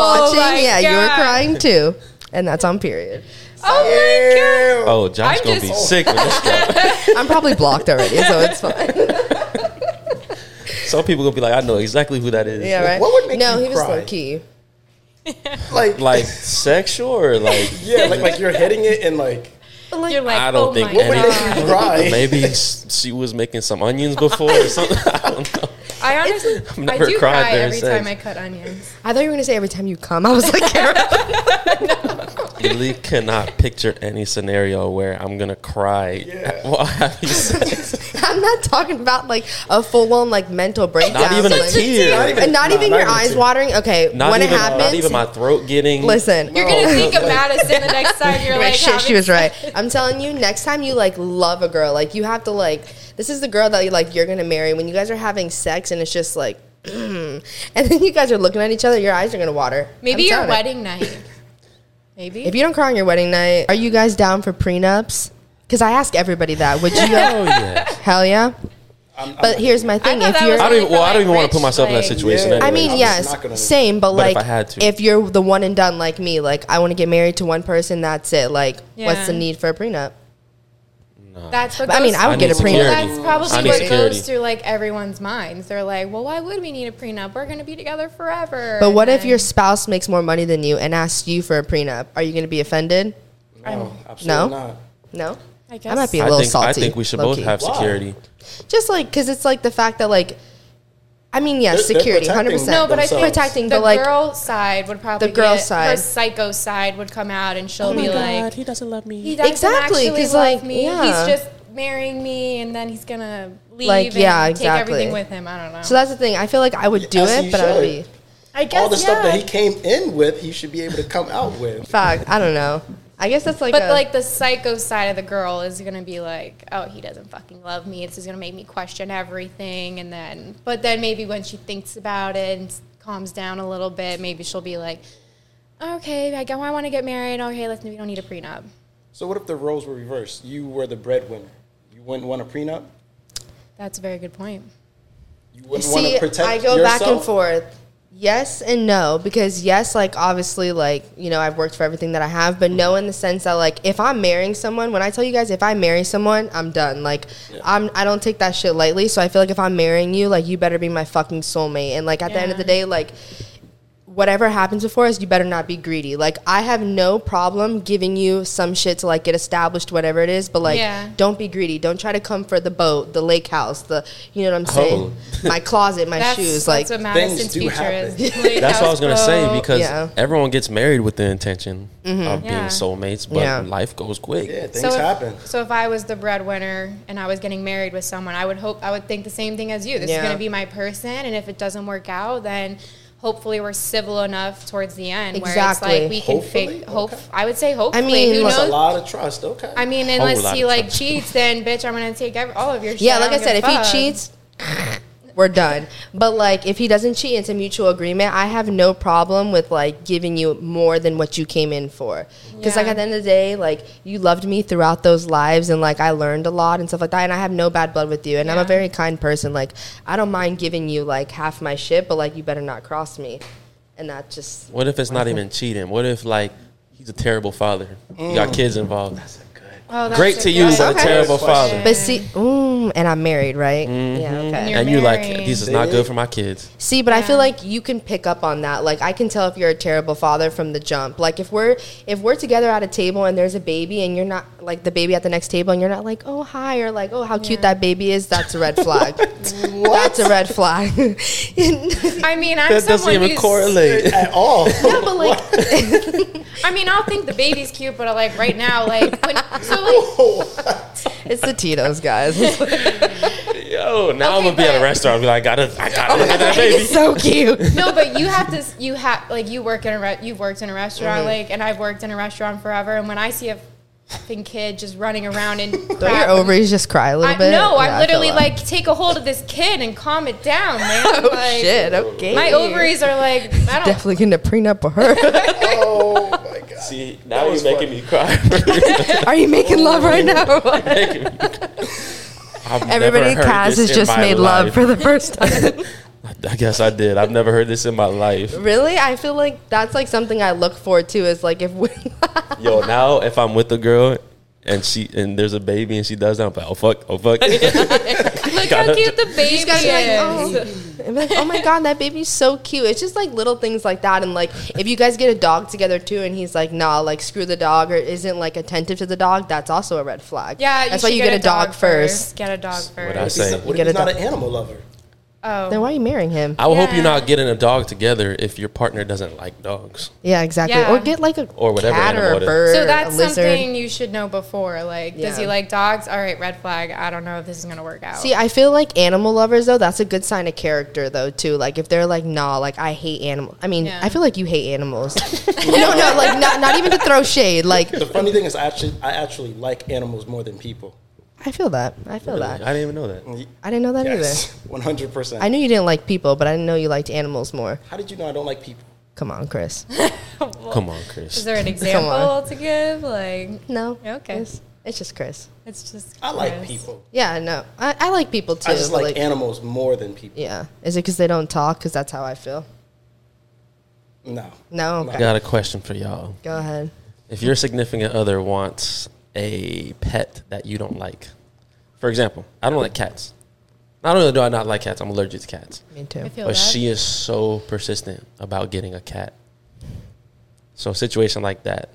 [SPEAKER 4] my
[SPEAKER 2] watching, yeah, you were
[SPEAKER 4] God.
[SPEAKER 2] crying too. and that's on period.
[SPEAKER 4] Oh my god!
[SPEAKER 1] Oh, John's
[SPEAKER 4] I'm
[SPEAKER 1] gonna
[SPEAKER 4] just-
[SPEAKER 1] be sick with this strap.
[SPEAKER 2] I'm probably blocked already, so it's fine.
[SPEAKER 1] Some people gonna be like, I know exactly who that is.
[SPEAKER 2] Yeah, right.
[SPEAKER 5] What would make
[SPEAKER 2] no,
[SPEAKER 5] you
[SPEAKER 2] he was
[SPEAKER 5] cry?
[SPEAKER 2] low key.
[SPEAKER 5] Like,
[SPEAKER 1] Like sexual or like
[SPEAKER 5] yeah, like, like you're hitting it and like,
[SPEAKER 4] You're like,
[SPEAKER 1] I don't
[SPEAKER 4] oh
[SPEAKER 1] think
[SPEAKER 4] my
[SPEAKER 1] any-
[SPEAKER 4] god.
[SPEAKER 5] right.
[SPEAKER 1] maybe s- she was making some onions before or something. I don't know.
[SPEAKER 4] I honestly, I
[SPEAKER 1] never
[SPEAKER 4] do
[SPEAKER 1] cried
[SPEAKER 4] cry
[SPEAKER 1] during
[SPEAKER 4] every
[SPEAKER 1] sex.
[SPEAKER 4] time I cut onions.
[SPEAKER 2] I thought you were gonna say every time you come. I was like,
[SPEAKER 1] You really cannot picture any scenario where I'm gonna cry while having sex.
[SPEAKER 2] I'm not talking about like a full on like mental breakdown.
[SPEAKER 1] Not even a
[SPEAKER 2] like-
[SPEAKER 1] tear.
[SPEAKER 2] and not
[SPEAKER 5] Nah,
[SPEAKER 2] even
[SPEAKER 5] not
[SPEAKER 2] your
[SPEAKER 5] even
[SPEAKER 2] eyes
[SPEAKER 5] two.
[SPEAKER 2] watering. Okay,
[SPEAKER 1] Not
[SPEAKER 2] when
[SPEAKER 1] even,
[SPEAKER 2] it happens,
[SPEAKER 1] not even my throat getting.
[SPEAKER 2] listen. Oh.
[SPEAKER 4] You're
[SPEAKER 1] Oh,
[SPEAKER 4] gonna think of Madison the next time you're
[SPEAKER 2] Right,
[SPEAKER 4] like,
[SPEAKER 2] shit, she
[SPEAKER 4] having-
[SPEAKER 2] was right. I'm telling you, next time you like love a girl, like you have to like this is the girl that you like you're gonna marry. When you guys are having sex and it's just like, and then you guys are looking at each other, your eyes are gonna water.
[SPEAKER 4] Maybe
[SPEAKER 2] I'm
[SPEAKER 4] your
[SPEAKER 2] telling it.
[SPEAKER 4] wedding night. Maybe.
[SPEAKER 2] If you don't cry on your wedding night, are you guys down for prenups? Because I ask everybody that. Would you?
[SPEAKER 1] Oh yeah.
[SPEAKER 2] Hell yeah.
[SPEAKER 5] I'm, I'm
[SPEAKER 2] But here's my thing:
[SPEAKER 4] thought
[SPEAKER 2] if
[SPEAKER 4] that
[SPEAKER 2] you're,
[SPEAKER 4] was
[SPEAKER 1] I don't even. Well, I don't even want
[SPEAKER 4] Rich,
[SPEAKER 1] to put myself in that
[SPEAKER 4] like-
[SPEAKER 1] situation.
[SPEAKER 5] Yeah.
[SPEAKER 1] Anyway.
[SPEAKER 2] I mean,
[SPEAKER 5] I'm
[SPEAKER 2] yes,
[SPEAKER 5] not gonna-
[SPEAKER 2] same. But,
[SPEAKER 1] But
[SPEAKER 2] like,
[SPEAKER 1] if I had to.
[SPEAKER 2] if you're the one and done like me, like I want to get married to one person, that's it. Like,
[SPEAKER 4] Yeah.
[SPEAKER 2] what's the need for a prenup?
[SPEAKER 4] that's what
[SPEAKER 2] But, I mean,
[SPEAKER 4] goes-
[SPEAKER 2] I would
[SPEAKER 1] I
[SPEAKER 2] get a
[SPEAKER 1] need
[SPEAKER 2] prenup.
[SPEAKER 4] Well,
[SPEAKER 1] Security.
[SPEAKER 4] that's
[SPEAKER 1] I
[SPEAKER 4] probably
[SPEAKER 1] need
[SPEAKER 4] what
[SPEAKER 1] security.
[SPEAKER 4] goes through like everyone's minds. They're like, well, why would we need a prenup? We're going to be together forever.
[SPEAKER 2] But what
[SPEAKER 4] And
[SPEAKER 2] if your spouse makes more money than you and asks you for a prenup? Are you going to be offended?
[SPEAKER 5] no, absolutely
[SPEAKER 2] No?
[SPEAKER 5] not.
[SPEAKER 2] No.
[SPEAKER 4] I guess.
[SPEAKER 2] I might be a
[SPEAKER 1] I
[SPEAKER 2] little
[SPEAKER 1] think,
[SPEAKER 2] salty.
[SPEAKER 1] I think we should
[SPEAKER 2] low
[SPEAKER 1] both
[SPEAKER 2] key.
[SPEAKER 1] have
[SPEAKER 5] Why?
[SPEAKER 1] security.
[SPEAKER 2] just like because it's like the fact that like, I mean, yes,
[SPEAKER 5] They're- they're
[SPEAKER 2] security, hundred
[SPEAKER 5] protecting
[SPEAKER 2] percent.
[SPEAKER 4] No, but I think
[SPEAKER 5] themselves.
[SPEAKER 2] protecting,
[SPEAKER 4] the
[SPEAKER 2] but like,
[SPEAKER 4] girl side would probably
[SPEAKER 2] The girl
[SPEAKER 4] get- her
[SPEAKER 2] side.
[SPEAKER 4] psycho side would come out, and
[SPEAKER 1] Oh
[SPEAKER 4] she'll be like,
[SPEAKER 1] he doesn't love me.
[SPEAKER 4] he doesn't
[SPEAKER 2] Exactly,
[SPEAKER 4] exactly
[SPEAKER 2] 'cause,
[SPEAKER 4] love
[SPEAKER 2] like,
[SPEAKER 4] me.
[SPEAKER 2] yeah.
[SPEAKER 4] He's just marrying me, and then he's gonna leave
[SPEAKER 2] Like,
[SPEAKER 4] and
[SPEAKER 2] yeah,
[SPEAKER 4] take
[SPEAKER 2] exactly.
[SPEAKER 4] everything with him. I don't know.
[SPEAKER 2] so that's the thing. I feel like I would do
[SPEAKER 5] Yes,
[SPEAKER 2] it,
[SPEAKER 5] you
[SPEAKER 2] but I would be
[SPEAKER 5] should.
[SPEAKER 4] I guess
[SPEAKER 5] All the
[SPEAKER 4] yeah.
[SPEAKER 5] stuff that he came in with, he should be able to come out with.
[SPEAKER 2] fuck. I don't know. I guess that's like,
[SPEAKER 4] but
[SPEAKER 2] a-
[SPEAKER 4] like the psycho side of the girl is gonna be like, oh, he doesn't fucking love me. This is gonna make me question everything, and then, but then maybe when she thinks about it and s- calms down a little bit, maybe she'll be like, okay, I, go- I want to get married. Okay, let's. We don't need a prenup.
[SPEAKER 5] So what if the roles were reversed? You were the breadwinner. You wouldn't want a prenup.
[SPEAKER 4] That's a very good point.
[SPEAKER 5] You wouldn't want
[SPEAKER 2] see,
[SPEAKER 5] to protect
[SPEAKER 2] I go
[SPEAKER 5] yourself.
[SPEAKER 2] back and forth. Yes and no, because yes, like obviously, like you know, I've worked for everything that I have, but no, in the sense that like if I'm marrying someone, when I tell you guys if I marry someone, I'm done. Like I'm, I don't take that shit lightly. So I feel like if I'm marrying you, like you better be my fucking soulmate. And like at the end of
[SPEAKER 4] Yeah.
[SPEAKER 2] the day, like whatever happens before us, you better not be greedy. Like I have no problem giving you some shit to like get established, whatever it is, but like
[SPEAKER 4] Yeah.
[SPEAKER 2] don't be greedy. Don't try to come for the boat, the lake house, the you know what I'm saying? My closet, my
[SPEAKER 4] That's,
[SPEAKER 2] shoes.
[SPEAKER 4] that's
[SPEAKER 2] like
[SPEAKER 4] what
[SPEAKER 5] things
[SPEAKER 4] Madison's
[SPEAKER 5] do
[SPEAKER 4] future
[SPEAKER 5] happen.
[SPEAKER 4] is. Like,
[SPEAKER 1] That's what I was gonna say
[SPEAKER 4] houseboat.
[SPEAKER 1] because
[SPEAKER 2] Yeah. Mm-hmm.
[SPEAKER 1] everyone gets married with the intention of being
[SPEAKER 4] Yeah.
[SPEAKER 1] soulmates, but
[SPEAKER 2] Yeah.
[SPEAKER 1] life goes quick.
[SPEAKER 5] Yeah, things
[SPEAKER 4] so if,
[SPEAKER 5] happen.
[SPEAKER 4] So if I was the breadwinner and I was getting married with someone, I would hope I would think the same thing as you. This
[SPEAKER 2] Yeah.
[SPEAKER 4] is going to be my person, and if it doesn't work out, then hopefully we're civil enough towards the end where
[SPEAKER 2] Exactly.
[SPEAKER 4] it's like we can
[SPEAKER 5] Hopefully?
[SPEAKER 4] fig- hope.
[SPEAKER 5] Okay.
[SPEAKER 4] I would say hopefully.
[SPEAKER 2] mean,
[SPEAKER 4] who
[SPEAKER 2] look-
[SPEAKER 5] That's a
[SPEAKER 4] knows?
[SPEAKER 5] lot of trust. Okay.
[SPEAKER 4] I mean,
[SPEAKER 1] whole
[SPEAKER 4] unless
[SPEAKER 1] lot
[SPEAKER 4] he
[SPEAKER 1] of
[SPEAKER 4] like
[SPEAKER 1] trust.
[SPEAKER 4] cheats, then bitch, I'm going to take every, all of your. shit.
[SPEAKER 2] yeah, like I
[SPEAKER 4] don't
[SPEAKER 2] said, if
[SPEAKER 4] give a
[SPEAKER 2] he
[SPEAKER 4] fuck.
[SPEAKER 2] cheats, we're done. But like if he doesn't cheat, it's a mutual agreement. I have no problem with like giving you more than what you came in for. Because like
[SPEAKER 4] Yeah.
[SPEAKER 2] at the end of the day, like you loved me throughout those lives, and like I learned a lot and stuff like that. And I have no bad blood with you, and I'm a
[SPEAKER 4] Yeah.
[SPEAKER 2] very kind person. Like I don't mind giving you like half my shit, but like you better not cross me. And that just
[SPEAKER 1] What if it's not even cheating? What if like he's a terrible father? You
[SPEAKER 2] Mm.
[SPEAKER 1] got kids involved.
[SPEAKER 5] That's a good.
[SPEAKER 4] Oh, that's
[SPEAKER 1] Great
[SPEAKER 4] a
[SPEAKER 1] to you,
[SPEAKER 4] good-
[SPEAKER 1] but
[SPEAKER 2] Okay.
[SPEAKER 1] a terrible
[SPEAKER 5] Question.
[SPEAKER 1] father.
[SPEAKER 2] but see, mm, and I'm married, right? Yeah, okay.
[SPEAKER 4] You're
[SPEAKER 1] and you like
[SPEAKER 4] marrying.
[SPEAKER 1] this is not good for my kids.
[SPEAKER 2] See, but I feel
[SPEAKER 4] Yeah.
[SPEAKER 2] like you can pick up on that. Like I can tell if you're a terrible father from the jump. Like if we're if we're together at a table and there's a baby and you're not like the baby at the next table and you're not like, "Oh, hi," or like, "Oh, how cute that baby is." That's a red flag. That's a red flag. yeah,
[SPEAKER 4] I mean,
[SPEAKER 1] That
[SPEAKER 4] I'm
[SPEAKER 1] doesn't
[SPEAKER 4] someone
[SPEAKER 1] even
[SPEAKER 4] who's-
[SPEAKER 1] correlate.
[SPEAKER 5] At all.
[SPEAKER 2] but like
[SPEAKER 4] I mean, I'll think the baby's cute, but like right now, like when, so like
[SPEAKER 2] it's the Tito's guys. it's
[SPEAKER 1] Yo, now I'm
[SPEAKER 4] Okay,
[SPEAKER 1] gonna be at a
[SPEAKER 4] but-
[SPEAKER 1] restaurant. and be like, I gotta, I
[SPEAKER 4] Oh,
[SPEAKER 1] gotta look at that baby.
[SPEAKER 2] so cute.
[SPEAKER 4] no, but you have to. You have like you work in a re- you've worked in a restaurant
[SPEAKER 2] Mm-hmm.
[SPEAKER 4] like, and I've worked in a restaurant forever. And when I see a fucking kid just running around and
[SPEAKER 2] Don't your ovaries just cry a little
[SPEAKER 4] I,
[SPEAKER 2] bit?
[SPEAKER 4] no,
[SPEAKER 2] Yeah, I
[SPEAKER 4] I'm literally
[SPEAKER 2] feel that.
[SPEAKER 4] like take a hold of this kid and calm it down, man.
[SPEAKER 2] Oh
[SPEAKER 4] like,
[SPEAKER 2] shit! Okay,
[SPEAKER 4] My ovaries are like I don't.
[SPEAKER 2] definitely getting a prenup with her.
[SPEAKER 5] Oh my god.
[SPEAKER 1] See,
[SPEAKER 5] That
[SPEAKER 1] now you're
[SPEAKER 5] was
[SPEAKER 1] making
[SPEAKER 5] funny.
[SPEAKER 1] me cry.
[SPEAKER 2] Are you making love right now?
[SPEAKER 1] Making me- I've never
[SPEAKER 2] Everybody in
[SPEAKER 1] heard
[SPEAKER 2] Kaz
[SPEAKER 1] this
[SPEAKER 2] has
[SPEAKER 1] in
[SPEAKER 2] just
[SPEAKER 1] my
[SPEAKER 2] made love
[SPEAKER 1] life.
[SPEAKER 2] for the first time.
[SPEAKER 1] I I guess I did. I've never heard this in my life.
[SPEAKER 2] Really, I feel like that's like something I look forward to. Is like if we
[SPEAKER 1] Yo, now if I'm with a girl and she and there's a baby and she does that, I'm like, oh fuck, oh fuck.
[SPEAKER 4] Look how cute the baby
[SPEAKER 2] gotta be like,
[SPEAKER 4] is.
[SPEAKER 2] I'm like, oh my god, that baby's so cute. It's just like little things like that, and like if you guys get a dog together too, and he's like, nah, like screw the dog, or isn't like attentive to the dog, that's also a red flag.
[SPEAKER 4] Yeah,
[SPEAKER 2] that's why
[SPEAKER 4] should
[SPEAKER 2] you get, a dog, first.
[SPEAKER 4] Get a dog
[SPEAKER 1] what I
[SPEAKER 4] first. Oh.
[SPEAKER 1] say.
[SPEAKER 5] He's not, what
[SPEAKER 2] You
[SPEAKER 5] if
[SPEAKER 2] get
[SPEAKER 5] he's
[SPEAKER 2] a
[SPEAKER 5] not
[SPEAKER 2] dog.
[SPEAKER 5] an animal lover?
[SPEAKER 2] Then why are you marrying him?
[SPEAKER 1] I would hope you're
[SPEAKER 4] Yeah.
[SPEAKER 1] not getting a dog together if your partner doesn't like dogs.
[SPEAKER 2] yeah, exactly.
[SPEAKER 4] Yeah.
[SPEAKER 2] Or get like a
[SPEAKER 1] Or whatever
[SPEAKER 2] cat or
[SPEAKER 1] animal
[SPEAKER 2] a
[SPEAKER 1] it is.
[SPEAKER 2] bird.
[SPEAKER 4] So that's
[SPEAKER 2] a lizard.
[SPEAKER 4] something you should know before. Like, does
[SPEAKER 2] Yeah.
[SPEAKER 4] he like dogs? All right, red flag. I don't know if this is gonna work out.
[SPEAKER 2] See, I feel like animal lovers though. That's a good sign of character though too. Like if they're like, nah, like I hate animals. I mean,
[SPEAKER 4] Yeah.
[SPEAKER 2] I feel like you hate animals. no, no, like not, not even to throw shade. Like
[SPEAKER 5] The funny thing is, I actually, I actually like animals more than people.
[SPEAKER 2] I feel that. I feel
[SPEAKER 1] I
[SPEAKER 2] that.
[SPEAKER 1] didn't even know that.
[SPEAKER 2] I didn't know that either.
[SPEAKER 5] Yes, one hundred
[SPEAKER 2] I
[SPEAKER 5] percent.
[SPEAKER 2] knew you didn't like people, but I didn't know you liked animals more.
[SPEAKER 5] How did you know I don't like people?
[SPEAKER 2] Come on, Chris.
[SPEAKER 1] Come on,
[SPEAKER 4] is
[SPEAKER 1] Chris.
[SPEAKER 4] there an example to give? Like,
[SPEAKER 2] No.
[SPEAKER 4] Okay.
[SPEAKER 2] It's, it's just Chris.
[SPEAKER 4] it's just.
[SPEAKER 5] I like
[SPEAKER 4] gross.
[SPEAKER 5] people.
[SPEAKER 2] Yeah, no. I, I like people too.
[SPEAKER 5] I just
[SPEAKER 2] but,
[SPEAKER 5] like, animals more than people.
[SPEAKER 2] yeah. Is it because they don't talk? Because that's how I feel.
[SPEAKER 5] No,
[SPEAKER 2] No.
[SPEAKER 1] I
[SPEAKER 2] Okay.
[SPEAKER 1] got a question for y'all.
[SPEAKER 2] Go ahead.
[SPEAKER 1] If your significant other wants a pet that you don't like, for example, I don't like cats. Not only do I not like cats, I'm allergic to cats.
[SPEAKER 2] Me too.
[SPEAKER 4] I feel
[SPEAKER 1] But
[SPEAKER 4] that.
[SPEAKER 1] she is so persistent about getting a cat. So a situation like that.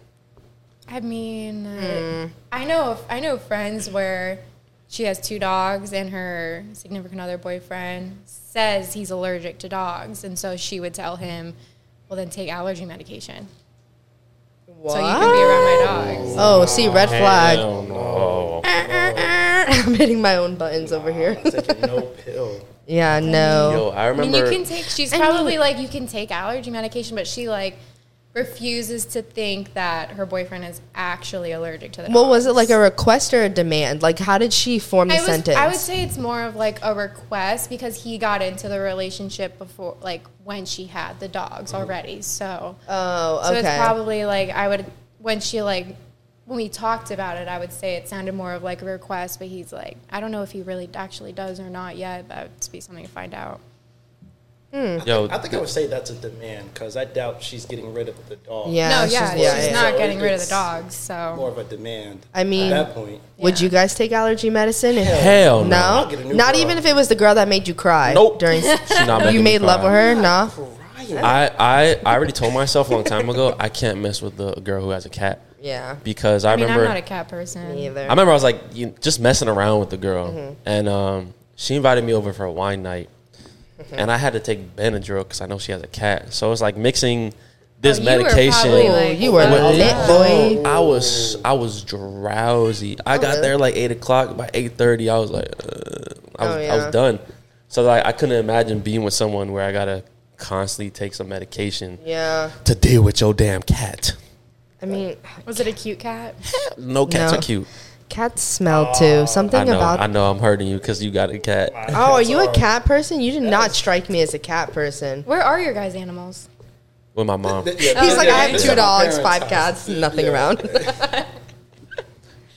[SPEAKER 4] I mean, uh,
[SPEAKER 2] Hmm.
[SPEAKER 4] I know I know friends where she has two dogs, and her significant other boyfriend says he's allergic to dogs, and so she would tell him, "Well, then take allergy medication,
[SPEAKER 2] What?
[SPEAKER 4] so you can be around my dogs."
[SPEAKER 2] oh, see, red flag.
[SPEAKER 1] Hell no.
[SPEAKER 2] I'm hitting my own buttons over here.
[SPEAKER 5] Taking no pill.
[SPEAKER 2] yeah, no.
[SPEAKER 1] Yo, I
[SPEAKER 4] I mean,
[SPEAKER 1] remember
[SPEAKER 4] you can take. She's
[SPEAKER 2] I mean-
[SPEAKER 4] probably like you can take allergy medication, but she like refuses to think that her boyfriend is actually allergic to the.
[SPEAKER 2] What was it
[SPEAKER 4] dogs.
[SPEAKER 2] like a request or a demand? Like, how did she form the
[SPEAKER 4] I was,
[SPEAKER 2] sentence?
[SPEAKER 4] I would say it's more of like a request because he got into the relationship before, like when she had the dogs already. So,
[SPEAKER 2] oh,
[SPEAKER 4] so
[SPEAKER 2] okay.
[SPEAKER 4] it's probably like I would when she like when we talked about it, I would say it sounded more of like a request, but he's like, I don't know if he really actually does or not yet. That would be something to find out.
[SPEAKER 1] yo
[SPEAKER 5] I think I would say that's a demand because I doubt she's getting rid of the dog.
[SPEAKER 2] Yeah.
[SPEAKER 4] no,
[SPEAKER 2] she's
[SPEAKER 4] yeah,
[SPEAKER 2] like-
[SPEAKER 4] she's,
[SPEAKER 2] yeah, yeah.
[SPEAKER 4] not
[SPEAKER 5] So
[SPEAKER 4] getting rid of the
[SPEAKER 5] it's
[SPEAKER 4] dogs.
[SPEAKER 5] More
[SPEAKER 4] So
[SPEAKER 5] of a demand.
[SPEAKER 2] I mean-
[SPEAKER 5] at that point,
[SPEAKER 2] Would
[SPEAKER 4] Yeah.
[SPEAKER 2] you guys take allergy medicine? If,
[SPEAKER 1] Hell
[SPEAKER 2] no.
[SPEAKER 5] I'll get a new
[SPEAKER 2] Not
[SPEAKER 5] girl.
[SPEAKER 2] even if it was the girl that made you cry.
[SPEAKER 1] Nope.
[SPEAKER 2] During
[SPEAKER 1] She not making
[SPEAKER 2] you
[SPEAKER 1] me
[SPEAKER 2] made love
[SPEAKER 1] cry.
[SPEAKER 2] with her. No.
[SPEAKER 5] Ryan,
[SPEAKER 1] I, I I already told myself a long time ago I can't mess with the girl who has a cat
[SPEAKER 2] Yeah.
[SPEAKER 1] because I,
[SPEAKER 4] I mean,
[SPEAKER 1] remember
[SPEAKER 4] I'm not a cat person.
[SPEAKER 2] Me either.
[SPEAKER 1] I remember I was like you, just messing around with the girl,
[SPEAKER 4] Mm-hmm.
[SPEAKER 1] and um, she invited me over for a wine night,
[SPEAKER 4] Mm-hmm.
[SPEAKER 1] and I had to take Benadryl because I know she has a cat. So it was like mixing this
[SPEAKER 4] Oh, you were
[SPEAKER 1] medication.
[SPEAKER 4] probably,
[SPEAKER 2] Ooh,
[SPEAKER 4] like,
[SPEAKER 2] you were
[SPEAKER 4] wow.
[SPEAKER 2] lit, boy.
[SPEAKER 1] I was I was drowsy. I got there like eight o'clock. By eight thirty, I was like, uh, I was
[SPEAKER 2] Oh,
[SPEAKER 1] I was
[SPEAKER 2] yeah.
[SPEAKER 1] done. So like I couldn't imagine being with someone where I gotta constantly take some medication
[SPEAKER 2] Yeah.
[SPEAKER 1] to deal with your damn cat.
[SPEAKER 2] I mean,
[SPEAKER 4] Was it a cute cat?
[SPEAKER 1] No cats
[SPEAKER 2] No.
[SPEAKER 1] are cute.
[SPEAKER 2] cats smell too. Something
[SPEAKER 1] Oh, I know.
[SPEAKER 2] about.
[SPEAKER 1] I know. I'm hurting you because you got a cat.
[SPEAKER 2] oh, are you a cat person? You did not strike me as a cat person.
[SPEAKER 4] Where are your guys' animals?
[SPEAKER 1] With my mom,
[SPEAKER 4] Oh,
[SPEAKER 2] He's like, I have
[SPEAKER 5] This
[SPEAKER 2] two
[SPEAKER 5] is my
[SPEAKER 2] dogs,
[SPEAKER 5] parents'
[SPEAKER 2] five
[SPEAKER 5] house.
[SPEAKER 2] cats, nothing around.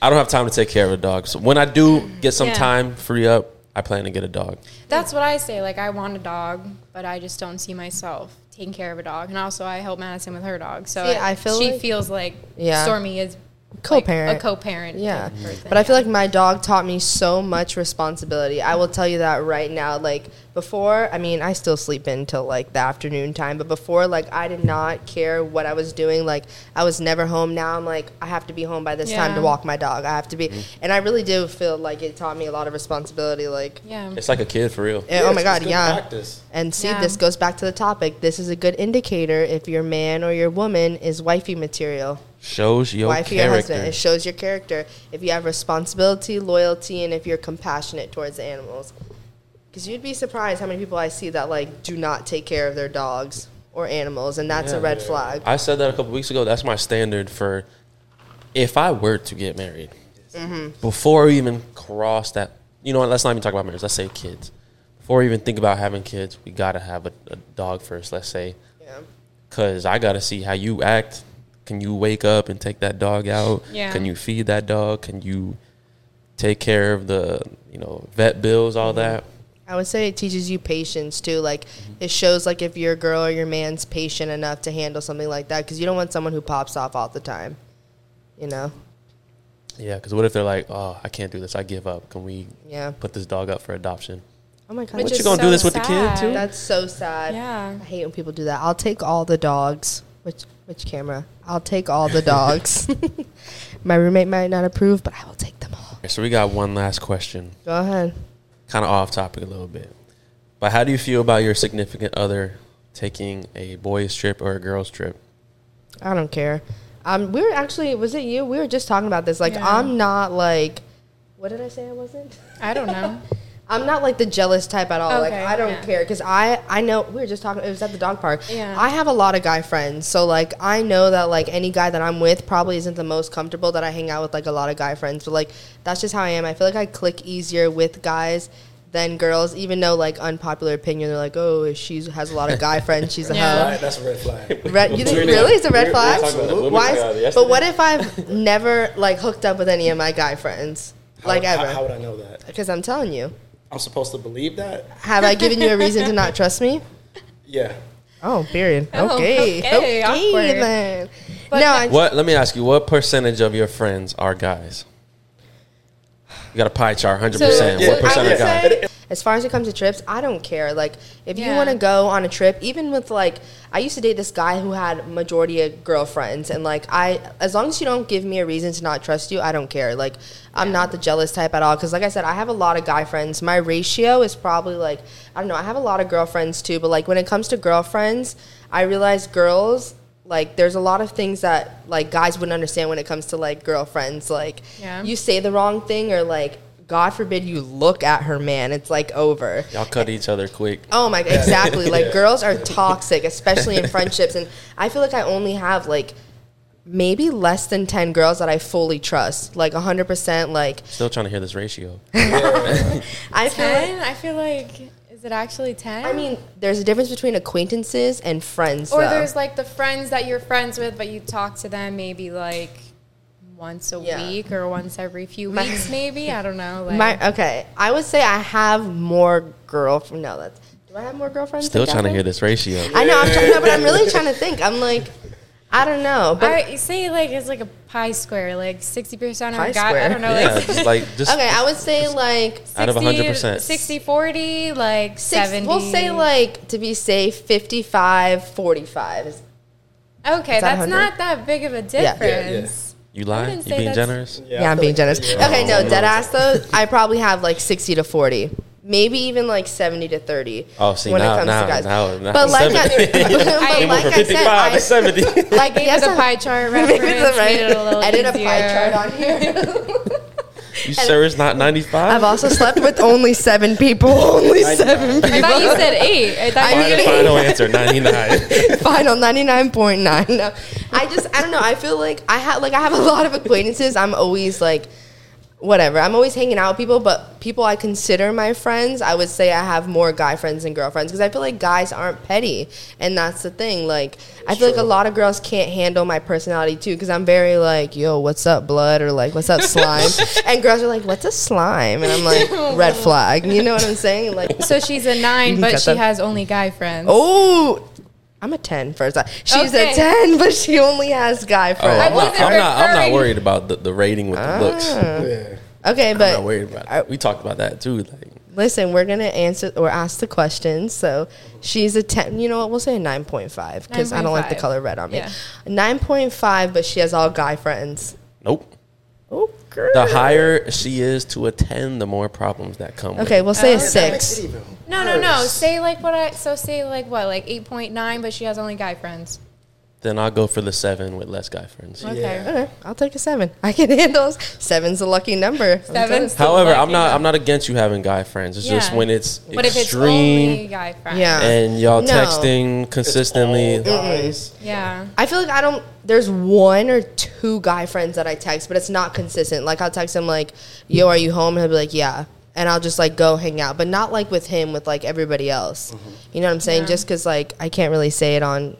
[SPEAKER 1] I don't have time to take care of a dog. So when I do get some
[SPEAKER 4] Yeah.
[SPEAKER 1] time free up, I plan to get a dog.
[SPEAKER 4] That's what I say. Like, I want a dog, but I just don't see myself taking care of a dog. And also, I help Madison with her dog, so
[SPEAKER 2] See, I feel
[SPEAKER 4] she
[SPEAKER 2] like-
[SPEAKER 4] feels like
[SPEAKER 2] Yeah.
[SPEAKER 4] Stormy is
[SPEAKER 2] Co-parent.
[SPEAKER 4] like, a co-parent.
[SPEAKER 2] Yeah.
[SPEAKER 4] type
[SPEAKER 1] Mm-hmm.
[SPEAKER 4] of person.
[SPEAKER 2] But I feel like my dog taught me so much responsibility. I will tell you that right now. Like before, I mean, I still sleep in till like the afternoon time, but before, like, I did not care what I was doing. Like, I was never home. Now I'm like, I have to be home by this time to
[SPEAKER 4] Yeah.
[SPEAKER 2] walk my dog. I have to be.
[SPEAKER 5] Mm-hmm.
[SPEAKER 2] And I really do feel like it taught me a lot of responsibility. Like,
[SPEAKER 4] yeah.
[SPEAKER 1] It's like a kid for real.
[SPEAKER 2] eh,
[SPEAKER 5] Yeah,
[SPEAKER 2] oh
[SPEAKER 5] it's-
[SPEAKER 2] my
[SPEAKER 5] it's
[SPEAKER 2] God,
[SPEAKER 5] good
[SPEAKER 2] yeah.
[SPEAKER 5] practice.
[SPEAKER 2] And see,
[SPEAKER 4] Yeah.
[SPEAKER 2] this goes back to the topic. This is a good indicator if your man or your woman is wifey material
[SPEAKER 1] Shows your
[SPEAKER 2] wife or your husband.
[SPEAKER 1] character.
[SPEAKER 2] It shows your character if you have responsibility, loyalty, and if you're compassionate towards the animals. Because you'd be surprised how many people I see that like do not take care of their dogs or animals, and that's a red flag.
[SPEAKER 1] I said that a couple weeks ago. That's my standard for if I were to get married. Before I even cross that, you know what? Let's not even talk about marriage. Let's say kids. Before we even think about having kids, we gotta have a, a dog first. Let's say
[SPEAKER 2] Yeah.
[SPEAKER 1] because I got to see how you act. Can you wake up and take that dog out?
[SPEAKER 4] Yeah.
[SPEAKER 1] Can you feed that dog? Can you take care of the you know vet bills, all that?
[SPEAKER 2] I would say it teaches you patience too. Like it shows like if your girl or your man's patient enough to handle something like that because you don't want someone who pops off all the time. You know.
[SPEAKER 1] Yeah, because what if they're like, oh, I can't do this. I give up. Can we
[SPEAKER 2] Yeah.
[SPEAKER 1] put this dog up for adoption?
[SPEAKER 2] Oh my god.
[SPEAKER 4] Which
[SPEAKER 1] What
[SPEAKER 4] is
[SPEAKER 1] you gonna do
[SPEAKER 4] so
[SPEAKER 1] this with the kid, too?
[SPEAKER 4] sad.
[SPEAKER 2] That's so sad.
[SPEAKER 4] Yeah.
[SPEAKER 2] I hate when people do that. I'll take all the dogs. Which which camera? I'll take all the dogs. my roommate might not approve, but I will take them all.
[SPEAKER 1] Okay, so we got one last question,
[SPEAKER 2] Go ahead.
[SPEAKER 1] kind of off topic a little bit. But how do you feel about your significant other taking a boys' trip or a girls' trip?
[SPEAKER 2] I don't care. Um, we were actually was it you? We were just talking about this. Like
[SPEAKER 4] Yeah.
[SPEAKER 2] I'm not like what did I say I wasn't?
[SPEAKER 4] I don't know.
[SPEAKER 2] I'm not like the jealous type at all.
[SPEAKER 4] Okay,
[SPEAKER 2] like I don't
[SPEAKER 4] yeah.
[SPEAKER 2] care because I I know we were just talking. It was at the dog park.
[SPEAKER 4] Yeah.
[SPEAKER 2] I have a lot of guy friends, so like I know that like any guy that I'm with probably isn't the most comfortable that I hang out with like a lot of guy friends. But like that's just how I am. I feel like I click easier with guys than girls, even though like unpopular opinion. They're like, oh, if she has a lot of guy friends, she's a
[SPEAKER 4] Yeah.
[SPEAKER 2] hoe.
[SPEAKER 5] Right, that's a red flag.
[SPEAKER 2] Uh, Red, you think
[SPEAKER 1] Really?
[SPEAKER 2] really? It's a red
[SPEAKER 1] We're- we're
[SPEAKER 2] flag.
[SPEAKER 1] talking about that. We'll
[SPEAKER 2] Why?
[SPEAKER 1] be talking about it
[SPEAKER 2] Is,
[SPEAKER 1] yesterday.
[SPEAKER 2] but what if I've never like hooked up with any of my guy friends, like
[SPEAKER 5] how,
[SPEAKER 2] ever?
[SPEAKER 5] How, how would I know that?
[SPEAKER 2] Because I'm telling you,
[SPEAKER 5] I'm supposed to believe that?
[SPEAKER 2] have I given you a reason to not trust me?
[SPEAKER 5] Yeah.
[SPEAKER 2] Oh, period.
[SPEAKER 4] Oh,
[SPEAKER 2] okay.
[SPEAKER 4] okay,
[SPEAKER 2] Okay,
[SPEAKER 4] awkward.
[SPEAKER 2] then.
[SPEAKER 4] But
[SPEAKER 2] no,
[SPEAKER 4] that-
[SPEAKER 2] I,
[SPEAKER 1] What? Let me ask you. What percentage of your friends are guys? You got a pie chart, hundred percent.
[SPEAKER 5] So-
[SPEAKER 1] What
[SPEAKER 5] Yeah,
[SPEAKER 2] I
[SPEAKER 1] percent
[SPEAKER 2] would
[SPEAKER 1] are guys?
[SPEAKER 2] say, as far as it comes to trips, I don't care. Like, if you
[SPEAKER 4] Yeah.
[SPEAKER 2] want to go on a trip, even with like, I used to date this guy who had majority of girlfriends, and like, I as long as you don't give me a reason to not trust you, I don't care. Like, I'm not the jealous type at all. Because, like I said, I have a lot of guy friends. My ratio is probably like, I don't know. I have a lot of girlfriends too, but like when it comes to girlfriends, I realize girls like there's a lot of things that like guys wouldn't understand when it comes to like girlfriends like
[SPEAKER 4] Yeah.
[SPEAKER 2] you say the wrong thing or like god forbid you look at her man it's like over
[SPEAKER 1] Y'all cut each other quick.
[SPEAKER 2] oh my exactly like girls are toxic especially in friendships and i feel like i only have like maybe less than 10 girls that i fully trust like 100% like
[SPEAKER 1] Still trying to hear this ratio.
[SPEAKER 2] i feel like
[SPEAKER 4] Ten? I feel like is it actually ten?
[SPEAKER 2] i mean there's a difference between acquaintances and friends
[SPEAKER 4] or
[SPEAKER 2] though.
[SPEAKER 4] there's like the friends that you're friends with, but you talk to them maybe like once a
[SPEAKER 2] Yeah.
[SPEAKER 4] week or once every few weeks, maybe. I don't know. Like,
[SPEAKER 2] my okay i would say i have more girlfriend no that's do i have more girlfriends
[SPEAKER 1] Still
[SPEAKER 2] than
[SPEAKER 1] trying to
[SPEAKER 2] guy
[SPEAKER 1] hear
[SPEAKER 2] friends?
[SPEAKER 1] this ratio.
[SPEAKER 2] I know, I'm trying, no, but I'm really trying to think. I'm like, I don't know, but
[SPEAKER 4] I say like it's like a pie square, like sixty percent
[SPEAKER 2] Pie
[SPEAKER 4] are guys. I
[SPEAKER 2] square?
[SPEAKER 4] don't know,
[SPEAKER 1] Yeah,
[SPEAKER 4] like
[SPEAKER 1] just like just
[SPEAKER 2] okay, I would say like
[SPEAKER 1] out of 100%.
[SPEAKER 4] 60 40 like
[SPEAKER 2] six,
[SPEAKER 4] 70
[SPEAKER 2] we'll say like to be safe 55 45 is-
[SPEAKER 4] okay
[SPEAKER 2] is that
[SPEAKER 4] that's
[SPEAKER 2] 100?
[SPEAKER 4] not that big of a difference
[SPEAKER 1] you lying.
[SPEAKER 4] wouldn't
[SPEAKER 1] You
[SPEAKER 4] say
[SPEAKER 1] being
[SPEAKER 4] that's-
[SPEAKER 1] generous.
[SPEAKER 5] Yeah,
[SPEAKER 2] yeah,
[SPEAKER 5] I
[SPEAKER 2] i'm
[SPEAKER 5] feel
[SPEAKER 2] being
[SPEAKER 5] like-
[SPEAKER 2] generous
[SPEAKER 5] Yeah.
[SPEAKER 2] okay no dead ass though i probably have like 60 to 40 maybe even like 70 to 30
[SPEAKER 1] Oh, see now, now, now, now,
[SPEAKER 2] but like, I,
[SPEAKER 1] 70.
[SPEAKER 2] but
[SPEAKER 1] Came
[SPEAKER 2] like
[SPEAKER 1] over
[SPEAKER 2] I said, I,
[SPEAKER 1] 70.
[SPEAKER 2] like
[SPEAKER 4] maybe
[SPEAKER 2] yes,
[SPEAKER 4] the
[SPEAKER 2] I'm-
[SPEAKER 4] pie chart
[SPEAKER 2] maybe
[SPEAKER 4] reference
[SPEAKER 2] the
[SPEAKER 4] made it a little
[SPEAKER 2] edit a pie
[SPEAKER 4] easier.
[SPEAKER 2] chart on here.
[SPEAKER 1] You sure it's not 95?
[SPEAKER 2] I've also slept with only seven people. Only seven
[SPEAKER 4] I
[SPEAKER 2] people.
[SPEAKER 4] thought you said eight. I thought
[SPEAKER 2] I
[SPEAKER 4] you
[SPEAKER 1] Final,
[SPEAKER 4] said eight.
[SPEAKER 1] final answer 99.
[SPEAKER 2] final 99.9 no i just i don't know i feel like i have like i have a lot of acquaintances i'm always like whatever i'm always hanging out with people but people i consider my friends i would say i have more guy friends than girlfriends because i feel like guys aren't petty and that's the thing like i feel like a lot of girls can't handle my personality too because i'm very like yo what's up blood or like what's up slime and girls are like what's a slime and i'm like red flag you know what i'm saying like
[SPEAKER 4] So she's a nine,
[SPEAKER 2] can
[SPEAKER 4] but
[SPEAKER 2] cut
[SPEAKER 4] she
[SPEAKER 2] that.
[SPEAKER 4] has only guy friends.
[SPEAKER 2] Oh, I'm a 10 first. She's
[SPEAKER 4] Okay.
[SPEAKER 2] a 10, but she only has guy
[SPEAKER 1] Oh, I'm,
[SPEAKER 2] friends.
[SPEAKER 4] wasn't
[SPEAKER 1] not, I'm, not, I'm not
[SPEAKER 4] referring-
[SPEAKER 1] worried about the, the rating with the looks. I'm
[SPEAKER 5] Yeah.
[SPEAKER 2] okay, Ah. but
[SPEAKER 1] not worried about that. We talked about that too. Like,
[SPEAKER 2] listen, we're going to answer or ask the questions. So she's a 10. You know what? We'll say a 9.5 because I don't like the
[SPEAKER 4] 9.5.
[SPEAKER 2] color red on me.
[SPEAKER 4] Yeah.
[SPEAKER 2] 9.5, but she has all guy friends.
[SPEAKER 1] nope.
[SPEAKER 2] Oh, girl.
[SPEAKER 1] The higher she is to a 10, the more problems that come. with
[SPEAKER 2] Okay,
[SPEAKER 1] it.
[SPEAKER 2] we'll say a
[SPEAKER 4] Okay.
[SPEAKER 2] six.
[SPEAKER 5] Even
[SPEAKER 4] No, no, no.
[SPEAKER 5] worse.
[SPEAKER 4] Say like what I. So say like what, like eight point nine, but she has only guy friends.
[SPEAKER 1] Then I'll go for the seven with less guy friends.
[SPEAKER 4] Okay.
[SPEAKER 5] Yeah.
[SPEAKER 2] Okay, I'll take a seven. I can handle s- seven's a lucky number. I'm telling
[SPEAKER 4] Seven's
[SPEAKER 2] you.
[SPEAKER 4] the
[SPEAKER 1] However, I'm
[SPEAKER 4] lucky
[SPEAKER 1] not.
[SPEAKER 4] one.
[SPEAKER 1] I'm not against you having guy friends. It's just
[SPEAKER 4] Yeah.
[SPEAKER 1] when it's
[SPEAKER 4] But if it's only
[SPEAKER 1] extreme
[SPEAKER 4] guy friends,
[SPEAKER 2] Yeah.
[SPEAKER 1] and y'all
[SPEAKER 2] No.
[SPEAKER 1] texting consistently.
[SPEAKER 5] All guys.
[SPEAKER 4] yeah.
[SPEAKER 2] I feel like I don't. There's one or two guy friends that I text, but it's not consistent. Like I'll text him like, "Yo, are you home?" and he'll be like, "Yeah," and I'll just like go hang out, but not like with him, with like everybody else.
[SPEAKER 1] Mm-hmm.
[SPEAKER 2] You know what I'm saying?
[SPEAKER 4] Yeah.
[SPEAKER 2] Just 'cause Just because like I can't really say it on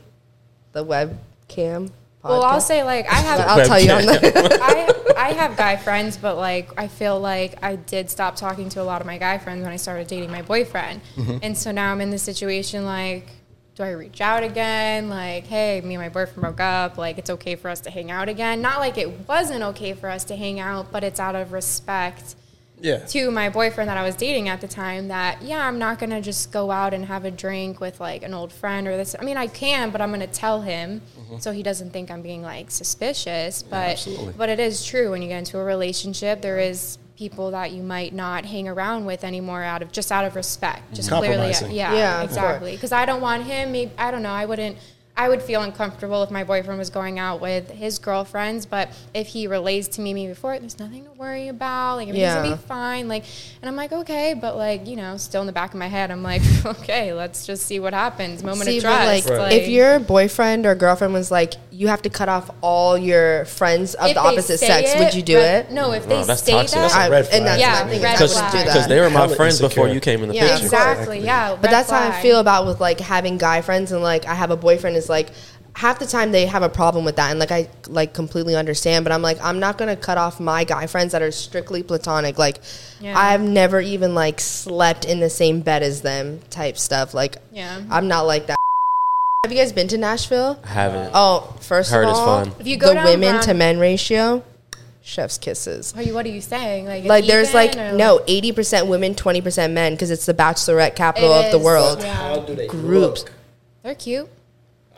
[SPEAKER 2] the webcam
[SPEAKER 4] Well, I'll
[SPEAKER 2] podcast.
[SPEAKER 4] say like I have
[SPEAKER 2] But I'll tell you on the
[SPEAKER 4] I I have guy friends, but like I feel like I did stop talking to a lot of my guy friends when I started dating my boyfriend,
[SPEAKER 2] Mm-hmm.
[SPEAKER 4] and so now I'm in this situation like, do I reach out again? Like, hey, me and my boyfriend broke up. Like, it's okay for us to hang out again. Not like it wasn't okay for us to hang out, but it's out of respect
[SPEAKER 5] Yeah.
[SPEAKER 4] to my boyfriend that I was dating at the time that yeah, I'm not gonna just go out and have a drink with like an old friend or this. I mean, I can, but I'm gonna tell him so he doesn't think I'm being like suspicious. But
[SPEAKER 5] Mm-hmm. absolutely.
[SPEAKER 4] but it is true when you get into a relationship, there is people that you might not hang around with anymore out of just out of respect, just clearly,
[SPEAKER 5] Mm-hmm. Compromising.
[SPEAKER 4] yeah,
[SPEAKER 2] Yeah,
[SPEAKER 4] yeah,
[SPEAKER 2] of course.
[SPEAKER 4] exactly. Because I don't want him. Maybe I don't know. I wouldn't. I would feel uncomfortable if my boyfriend was going out with his girlfriends, but if he relays to me me before, there's nothing to worry about. Like everything's
[SPEAKER 2] Yeah.
[SPEAKER 4] gonna be fine. Like, and I'm like, okay, but like, you know, still in the back of my head, I'm like, okay, let's just see what happens. Moment
[SPEAKER 2] See,
[SPEAKER 4] of
[SPEAKER 2] but,
[SPEAKER 4] trust.
[SPEAKER 2] like, if your boyfriend or girlfriend was like, you have to cut off all your friends of
[SPEAKER 4] if
[SPEAKER 2] the
[SPEAKER 4] they
[SPEAKER 2] opposite
[SPEAKER 4] say
[SPEAKER 2] sex, would you do
[SPEAKER 4] but-
[SPEAKER 2] it?
[SPEAKER 4] No, if
[SPEAKER 1] No,
[SPEAKER 4] they
[SPEAKER 1] that's
[SPEAKER 4] say
[SPEAKER 1] toxic.
[SPEAKER 4] that,
[SPEAKER 5] That's a
[SPEAKER 2] I-
[SPEAKER 5] red
[SPEAKER 2] and that's what
[SPEAKER 5] flag.
[SPEAKER 2] I'm
[SPEAKER 4] Yeah,
[SPEAKER 2] thinking.
[SPEAKER 4] red
[SPEAKER 2] I wouldn't
[SPEAKER 4] flag.
[SPEAKER 2] do that.
[SPEAKER 1] Because they were my
[SPEAKER 5] Hella
[SPEAKER 1] friends before
[SPEAKER 5] insecure.
[SPEAKER 1] you came in the
[SPEAKER 2] Yeah.
[SPEAKER 1] picture.
[SPEAKER 4] exactly, yeah.
[SPEAKER 2] But
[SPEAKER 4] red
[SPEAKER 2] that's how I
[SPEAKER 4] flag.
[SPEAKER 2] feel about with like having guy friends and like I have a boyfriend is like half the time they have a problem with that and like I like completely understand but I'm like I'm not going to cut off my guy friends that are strictly platonic like
[SPEAKER 4] Yeah.
[SPEAKER 2] I've never even like slept in the same bed as them type stuff like
[SPEAKER 4] Yeah.
[SPEAKER 2] I'm not like that. Have you guys been to Nashville?
[SPEAKER 1] I haven't.
[SPEAKER 2] Oh, first
[SPEAKER 1] Heard
[SPEAKER 2] of
[SPEAKER 1] it's
[SPEAKER 2] all,
[SPEAKER 1] fun.
[SPEAKER 4] If you go
[SPEAKER 2] the
[SPEAKER 4] down
[SPEAKER 2] women
[SPEAKER 4] Brown-
[SPEAKER 2] to men ratio chef's kisses.
[SPEAKER 4] Are you- what are you saying? Like, it's
[SPEAKER 2] Like there's
[SPEAKER 4] even
[SPEAKER 2] like
[SPEAKER 4] or,
[SPEAKER 2] no 80% women, 20% men because it's the bachelorette capital
[SPEAKER 4] It
[SPEAKER 2] of the
[SPEAKER 4] is.
[SPEAKER 2] world.
[SPEAKER 4] Yeah.
[SPEAKER 5] How do they
[SPEAKER 2] Groups.
[SPEAKER 5] look?
[SPEAKER 4] They're cute.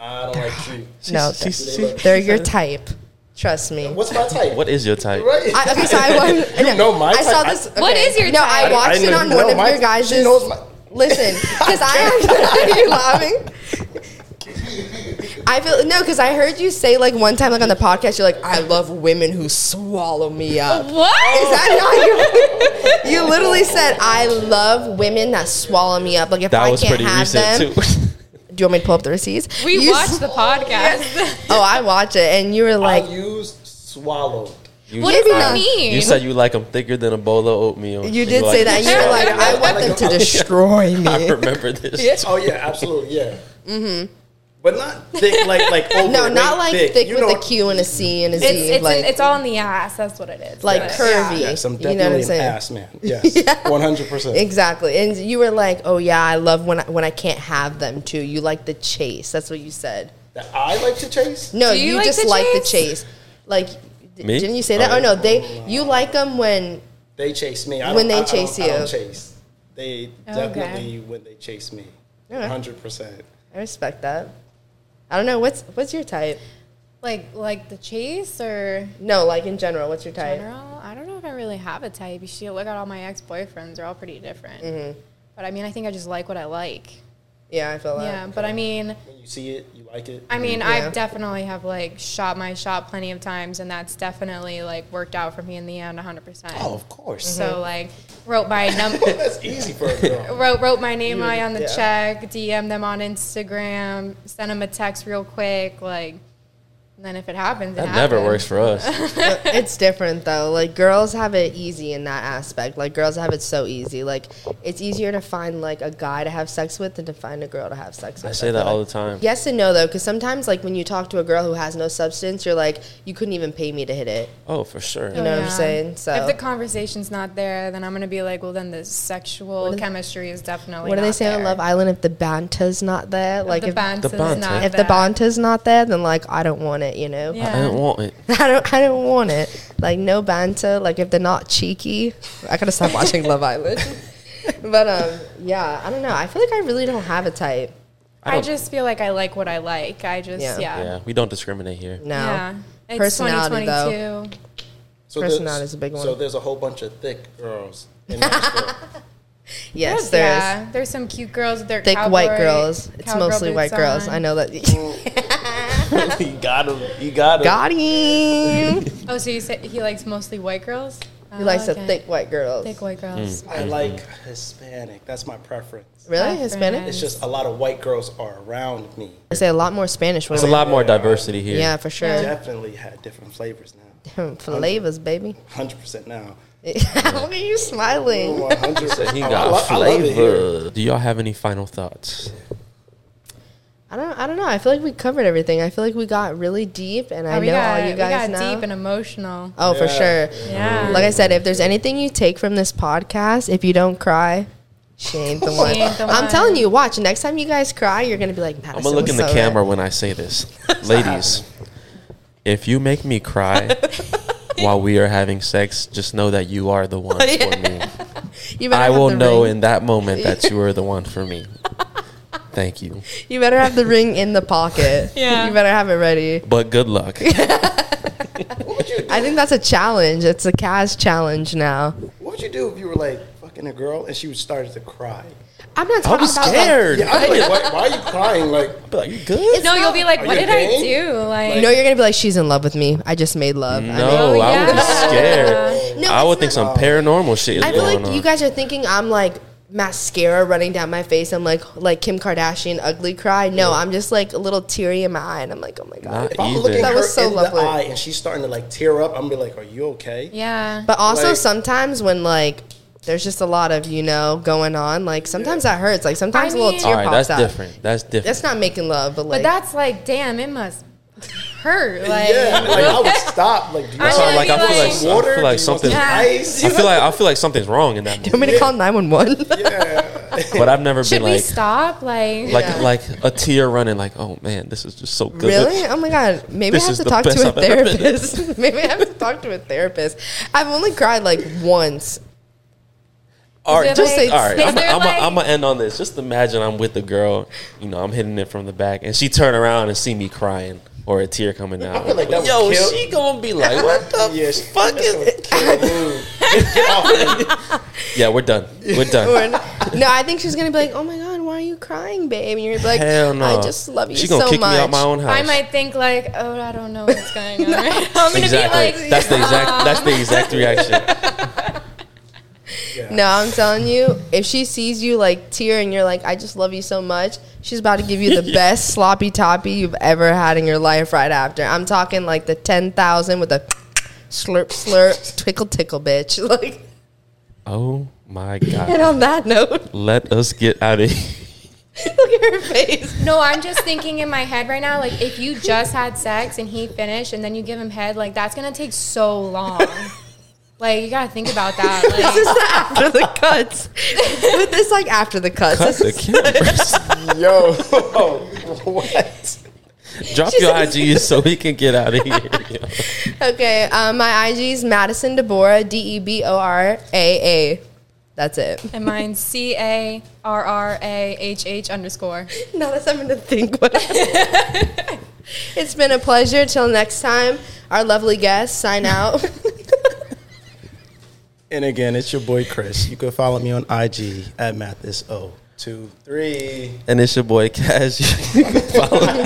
[SPEAKER 5] I don't like you.
[SPEAKER 2] No,
[SPEAKER 1] She- she- she-
[SPEAKER 2] they're your type. Trust me.
[SPEAKER 5] What's my type?
[SPEAKER 1] What is your type?
[SPEAKER 5] Right.
[SPEAKER 2] I, okay, so I, went-
[SPEAKER 5] You know my
[SPEAKER 2] I saw
[SPEAKER 5] type. I-
[SPEAKER 2] this.
[SPEAKER 4] What
[SPEAKER 2] okay.
[SPEAKER 4] is your
[SPEAKER 2] No,
[SPEAKER 4] type?
[SPEAKER 2] I watched
[SPEAKER 5] I
[SPEAKER 2] it
[SPEAKER 5] know-
[SPEAKER 2] on
[SPEAKER 5] no,
[SPEAKER 2] one of
[SPEAKER 5] my-
[SPEAKER 2] your guys.
[SPEAKER 5] she knows my-
[SPEAKER 2] Listen, because I am. Are you laughing? I feel no, because I heard you say like one time, like on the podcast, you're like, "I love women who swallow me up."
[SPEAKER 4] Oh, What?
[SPEAKER 2] Is that not your? you literally said, "I love women that swallow me up." Like if
[SPEAKER 1] That
[SPEAKER 2] I
[SPEAKER 1] was
[SPEAKER 2] can't
[SPEAKER 1] pretty
[SPEAKER 2] have
[SPEAKER 1] recent
[SPEAKER 2] them,
[SPEAKER 1] too.
[SPEAKER 2] do you want me to pull up the receipts?
[SPEAKER 4] We
[SPEAKER 2] You
[SPEAKER 4] watched
[SPEAKER 2] s-
[SPEAKER 4] the podcast.
[SPEAKER 2] Oh, I watch it, and you were like,
[SPEAKER 5] I use swallowed.
[SPEAKER 1] You,
[SPEAKER 4] What does
[SPEAKER 2] Maybe
[SPEAKER 4] that
[SPEAKER 2] not.
[SPEAKER 4] mean?
[SPEAKER 1] you said you like them thicker than a bowl of oatmeal.
[SPEAKER 2] You
[SPEAKER 1] And
[SPEAKER 2] did
[SPEAKER 1] like-
[SPEAKER 2] say that. You were like, I want them to destroy
[SPEAKER 1] I
[SPEAKER 2] me.
[SPEAKER 1] remember this.
[SPEAKER 5] Oh yeah, absolutely, yeah. Mm-hmm. But not thick, like like over
[SPEAKER 2] No, not like thick,
[SPEAKER 5] You
[SPEAKER 2] with
[SPEAKER 5] know,
[SPEAKER 2] a Q and a C and a Z.
[SPEAKER 4] it's it's,
[SPEAKER 2] like,
[SPEAKER 4] in, it's all in the ass. That's what it is.
[SPEAKER 2] like
[SPEAKER 4] But-
[SPEAKER 2] curvy.
[SPEAKER 5] Yes, I'm
[SPEAKER 2] you
[SPEAKER 5] definitely
[SPEAKER 2] know what I'm
[SPEAKER 5] an
[SPEAKER 2] saying?
[SPEAKER 5] ass man. Yes, one hundred percent.
[SPEAKER 2] Exactly. And you were like, oh yeah, I love when I, when I can't have them too. You like the chase. That's what you said.
[SPEAKER 5] That I like to chase.
[SPEAKER 2] No,
[SPEAKER 4] Do
[SPEAKER 2] you,
[SPEAKER 4] you like
[SPEAKER 2] just
[SPEAKER 4] the
[SPEAKER 2] like the
[SPEAKER 4] chase?
[SPEAKER 2] chase. Like, d-
[SPEAKER 1] Me?
[SPEAKER 2] didn't you say that?
[SPEAKER 1] Oh.
[SPEAKER 2] Oh no, they you like them when
[SPEAKER 5] They chase me. I
[SPEAKER 2] When
[SPEAKER 5] don't-
[SPEAKER 2] they
[SPEAKER 5] I- I don't-
[SPEAKER 2] chase
[SPEAKER 5] I don't
[SPEAKER 2] you.
[SPEAKER 5] chase. They definitely when they chase me.
[SPEAKER 2] Okay.
[SPEAKER 5] One hundred percent.
[SPEAKER 2] I respect that. I don't know what's what's your type.
[SPEAKER 4] like like the chase or
[SPEAKER 2] No, like in general, what's your type?
[SPEAKER 4] general. I don't know if I really have a type. You should look at all my ex boyfriends; they're all pretty different.
[SPEAKER 2] Mm-hmm.
[SPEAKER 4] But I mean, I think I just like what I like.
[SPEAKER 2] Yeah, I feel that.
[SPEAKER 4] yeah, but I mean,
[SPEAKER 5] When you see it, you like it.
[SPEAKER 4] I mean,
[SPEAKER 2] Yeah.
[SPEAKER 4] I've definitely have like shot my shot plenty of times, and that's definitely like worked out for me in the end, hundred percent.
[SPEAKER 5] oh, of course.
[SPEAKER 4] So like, wrote my number.
[SPEAKER 2] Mm-hmm.
[SPEAKER 5] That's easy for a girl.
[SPEAKER 4] wrote wrote my name I on the
[SPEAKER 2] yeah.
[SPEAKER 4] check, DM them on Instagram, send them a text real quick, like. And then if it happens, it
[SPEAKER 1] That never
[SPEAKER 4] happens.
[SPEAKER 1] works for us.
[SPEAKER 2] it's different though. Like girls have it easy in that aspect. Like girls have it so easy. Like it's easier to find like a guy to have sex with than to find a girl to have sex with.
[SPEAKER 1] I say that all the time.
[SPEAKER 2] Yes and no though, because sometimes like when you talk to a girl who has no substance, you're like, you couldn't even pay me to hit it.
[SPEAKER 1] Oh, for sure.
[SPEAKER 2] You know what I'm saying? So
[SPEAKER 4] if the conversation's not there, then I'm gonna be like, well, then the sexual chemistry is definitely.
[SPEAKER 2] what do they
[SPEAKER 4] not
[SPEAKER 2] say on
[SPEAKER 4] there.
[SPEAKER 2] Love Island? If the banta's not there, like
[SPEAKER 4] the
[SPEAKER 2] if,
[SPEAKER 4] banta's
[SPEAKER 1] The banta.
[SPEAKER 4] not
[SPEAKER 2] if the
[SPEAKER 4] there.
[SPEAKER 2] banta's not there, then like I don't want it. You know,
[SPEAKER 1] I
[SPEAKER 4] Yeah.
[SPEAKER 1] don't want it.
[SPEAKER 2] I don't I don't want it. Like no banter. Like if they're not cheeky, I gotta stop watching Love Island. But um, yeah, I don't know. I feel like I really don't have a type.
[SPEAKER 1] I
[SPEAKER 4] I
[SPEAKER 1] don't-
[SPEAKER 4] just feel like I like what I like. I just
[SPEAKER 2] Yeah.
[SPEAKER 4] yeah. Yeah.
[SPEAKER 1] Yeah, we don't discriminate here.
[SPEAKER 2] No.
[SPEAKER 4] It's
[SPEAKER 2] Personality, though.
[SPEAKER 4] 2022.
[SPEAKER 5] So
[SPEAKER 2] Personality
[SPEAKER 5] there's-
[SPEAKER 2] is a big one.
[SPEAKER 5] So there's a whole bunch of thick girls. In Nashville.
[SPEAKER 2] Yes, there's
[SPEAKER 4] yeah. There's some cute girls. They're
[SPEAKER 2] thick
[SPEAKER 4] cowboy,
[SPEAKER 2] white girls. It's
[SPEAKER 4] cowgirl
[SPEAKER 2] mostly white
[SPEAKER 4] boots
[SPEAKER 2] girls.
[SPEAKER 4] on.
[SPEAKER 2] I know that.
[SPEAKER 5] you got him. You got him.
[SPEAKER 2] Got him.
[SPEAKER 4] Oh, so you said he likes mostly white girls?
[SPEAKER 2] He likes
[SPEAKER 4] oh,
[SPEAKER 2] the
[SPEAKER 4] okay.
[SPEAKER 2] thick white girls.
[SPEAKER 4] Thick white girls.
[SPEAKER 1] Mm.
[SPEAKER 5] I
[SPEAKER 2] Mm-hmm.
[SPEAKER 5] like Hispanic. That's my preference.
[SPEAKER 2] Really,
[SPEAKER 4] Black
[SPEAKER 2] Hispanic?
[SPEAKER 4] friends.
[SPEAKER 5] It's just a lot of white girls are around me.
[SPEAKER 2] They say a lot more Spanish
[SPEAKER 1] There's a
[SPEAKER 2] women.
[SPEAKER 1] lot more diversity here.
[SPEAKER 2] Yeah, for sure.
[SPEAKER 5] Definitely had different flavors now.
[SPEAKER 2] Flavors, baby.
[SPEAKER 5] 100% now.
[SPEAKER 2] How are you smiling?
[SPEAKER 5] 100%.
[SPEAKER 1] He
[SPEAKER 5] I
[SPEAKER 1] got
[SPEAKER 5] lo- I love it here.
[SPEAKER 1] flavor. Do y'all have any final thoughts?
[SPEAKER 2] I don't. I don't know. I feel like we covered everything. I feel like we got really deep, and I
[SPEAKER 4] Oh, we
[SPEAKER 2] know
[SPEAKER 4] got,
[SPEAKER 2] all you
[SPEAKER 4] we
[SPEAKER 2] guys
[SPEAKER 4] got
[SPEAKER 2] now.
[SPEAKER 4] deep and emotional.
[SPEAKER 2] oh, for
[SPEAKER 5] Yeah.
[SPEAKER 2] sure.
[SPEAKER 4] Yeah.
[SPEAKER 2] Like I said, if there's anything you take from this podcast, if you don't cry, she ain't the one.
[SPEAKER 4] ain't the
[SPEAKER 2] I'm
[SPEAKER 4] one.
[SPEAKER 2] telling you, watch. Next time you guys cry, you're gonna be like,
[SPEAKER 1] I'm gonna look in the camera when I say this, ladies. If you make me cry while we are having sex, just know that you are the one for me.
[SPEAKER 2] You better
[SPEAKER 1] I
[SPEAKER 2] have
[SPEAKER 1] will
[SPEAKER 2] the
[SPEAKER 1] know
[SPEAKER 2] ring.
[SPEAKER 1] in that moment that you are the one for me. Thank you,
[SPEAKER 2] You better have the ring in the pocket.
[SPEAKER 4] Yeah.
[SPEAKER 2] You better have it ready.
[SPEAKER 1] but good luck.
[SPEAKER 2] I think that's a challenge. It's a Kaz challenge now.
[SPEAKER 5] What would you do if you were like fucking a girl and she started to cry?
[SPEAKER 2] I'm not
[SPEAKER 1] I'm
[SPEAKER 2] talking about like,
[SPEAKER 1] scared.
[SPEAKER 5] Yeah, I'm like, why, why are you crying? Like,
[SPEAKER 1] I'd be like, you good?
[SPEAKER 4] no, you'll be like,
[SPEAKER 5] Are
[SPEAKER 4] what
[SPEAKER 5] you
[SPEAKER 4] did I
[SPEAKER 5] gay?
[SPEAKER 4] do? Like, oh,
[SPEAKER 2] no, you're gonna be like, she's in love with me. I just made love. I mean,
[SPEAKER 1] No, Oh, I would be
[SPEAKER 4] yeah.
[SPEAKER 1] scared.
[SPEAKER 2] No,
[SPEAKER 1] I would
[SPEAKER 2] it's
[SPEAKER 1] think some
[SPEAKER 2] not-
[SPEAKER 1] paranormal shit is
[SPEAKER 2] I feel
[SPEAKER 1] going
[SPEAKER 2] like
[SPEAKER 1] on.
[SPEAKER 2] you guys are thinking I'm like mascara running down my face. I'm like like Kim Kardashian ugly cry. No, I'm just like a little teary in my eye, and I'm like, oh my god.
[SPEAKER 1] Not
[SPEAKER 5] if I'm
[SPEAKER 1] either.
[SPEAKER 5] looking
[SPEAKER 2] That
[SPEAKER 5] her
[SPEAKER 2] was so
[SPEAKER 5] in
[SPEAKER 2] lovely.
[SPEAKER 5] the eye and she's starting to like tear up, I'm gonna be like, are you okay?
[SPEAKER 4] yeah.
[SPEAKER 2] But also
[SPEAKER 5] like-
[SPEAKER 2] sometimes when like there's just a lot of you know going on, like sometimes that hurts. Like sometimes a little
[SPEAKER 4] mean-
[SPEAKER 2] tear
[SPEAKER 1] All right,
[SPEAKER 2] pops
[SPEAKER 1] that's
[SPEAKER 2] out.
[SPEAKER 1] different. That's different.
[SPEAKER 2] That's not making love, but like
[SPEAKER 4] but that's like, damn, it must hurt. Like,
[SPEAKER 5] yeah, like, I would stop. Like, do you
[SPEAKER 4] That's
[SPEAKER 5] want
[SPEAKER 4] why,
[SPEAKER 1] like, I
[SPEAKER 4] Like-
[SPEAKER 1] feel like,
[SPEAKER 5] some water?
[SPEAKER 1] I feel
[SPEAKER 5] Do you
[SPEAKER 1] like
[SPEAKER 5] want
[SPEAKER 1] something.
[SPEAKER 5] some
[SPEAKER 1] I
[SPEAKER 5] ice?
[SPEAKER 1] feel like I feel like something's wrong in that. moment.
[SPEAKER 2] you want me to call nine one one?
[SPEAKER 1] But I've never
[SPEAKER 4] should
[SPEAKER 1] been
[SPEAKER 4] we
[SPEAKER 1] like
[SPEAKER 4] stop? Like,
[SPEAKER 1] like
[SPEAKER 2] Yeah.
[SPEAKER 1] like a tear running. Like oh man, this is just so good.
[SPEAKER 2] Really? Oh my god. Maybe
[SPEAKER 1] This
[SPEAKER 2] I have
[SPEAKER 1] is
[SPEAKER 2] to
[SPEAKER 1] the
[SPEAKER 2] talk
[SPEAKER 1] best
[SPEAKER 2] to a
[SPEAKER 1] I've ever been.
[SPEAKER 2] therapist. Maybe I have to talk to a therapist. I've only cried like once.
[SPEAKER 1] All
[SPEAKER 4] Is
[SPEAKER 1] right,
[SPEAKER 4] it
[SPEAKER 1] just
[SPEAKER 4] like-
[SPEAKER 1] all right.
[SPEAKER 4] is
[SPEAKER 1] I'm
[SPEAKER 4] there
[SPEAKER 1] I'm
[SPEAKER 4] like-
[SPEAKER 1] I'm gonna end on this. Just imagine I'm with the girl. You know, I'm hitting it from the back, and she turn around and see me crying or a tear coming out.
[SPEAKER 5] feel like that would
[SPEAKER 1] Yo,
[SPEAKER 5] kill-
[SPEAKER 1] she gonna be like, what the
[SPEAKER 5] Yeah, she-
[SPEAKER 1] fuck is? it? yeah, we're done. We're
[SPEAKER 2] Or-
[SPEAKER 1] done.
[SPEAKER 2] no, I think she's gonna be like, "Oh my god, why are you crying, babe?" And you're gonna be like,
[SPEAKER 1] Hell no.
[SPEAKER 2] "I just love you
[SPEAKER 1] She gonna
[SPEAKER 2] so
[SPEAKER 1] kick
[SPEAKER 2] much."
[SPEAKER 1] me out my own house.
[SPEAKER 4] I might think like, oh, I don't know what's going on. I'm gonna
[SPEAKER 1] exactly.
[SPEAKER 4] be like,
[SPEAKER 1] that's the exact. That's the exact reaction.
[SPEAKER 2] No, I'm telling you, if she sees you like tear and you're like, "I just love you so much," she's about to give you the best sloppy toppy you've ever had in your life. Right after, I'm talking like the ten thousand with a slurp slurp tickle tickle, bitch. Like,
[SPEAKER 1] Oh my
[SPEAKER 2] and
[SPEAKER 1] god.
[SPEAKER 2] on that note,
[SPEAKER 1] Let us get out of here.
[SPEAKER 2] look at her face.
[SPEAKER 4] No, I'm just thinking in my head right now, like if you just had sex and he finished and then you give him head, like that's gonna take so long. Like you gotta think about that.
[SPEAKER 2] This
[SPEAKER 4] Like,
[SPEAKER 2] is the after the cuts. With this like after the cuts.
[SPEAKER 1] Cut
[SPEAKER 2] This
[SPEAKER 1] the
[SPEAKER 2] is
[SPEAKER 1] cameras.
[SPEAKER 5] Yo, what?
[SPEAKER 1] Drop your IG so we can get out of here.
[SPEAKER 2] Okay, um, my IG is Madison Deborah, D E B O R A A. That's it.
[SPEAKER 4] and mine's C A R R A H H underscore.
[SPEAKER 2] Now that's something to think about. it's been a pleasure. Till next time, our lovely guests sign out.
[SPEAKER 5] And again, it's your boy Chris. You can follow me on IG at Mathis023.
[SPEAKER 1] And it's your boy Cash. You can follow,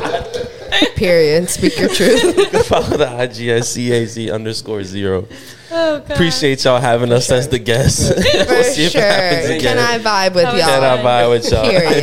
[SPEAKER 2] Period. Speak your truth.
[SPEAKER 1] you can follow the IG at CAZ underscore zero.
[SPEAKER 4] Oh god.
[SPEAKER 1] Appreciate y'all having us as the guests.
[SPEAKER 2] For
[SPEAKER 1] we'll see if
[SPEAKER 2] sure.
[SPEAKER 1] it happens
[SPEAKER 2] Can
[SPEAKER 1] again.
[SPEAKER 2] I vibe with
[SPEAKER 4] Have a
[SPEAKER 2] y'all?
[SPEAKER 1] Can I vibe with y'all?
[SPEAKER 2] Period.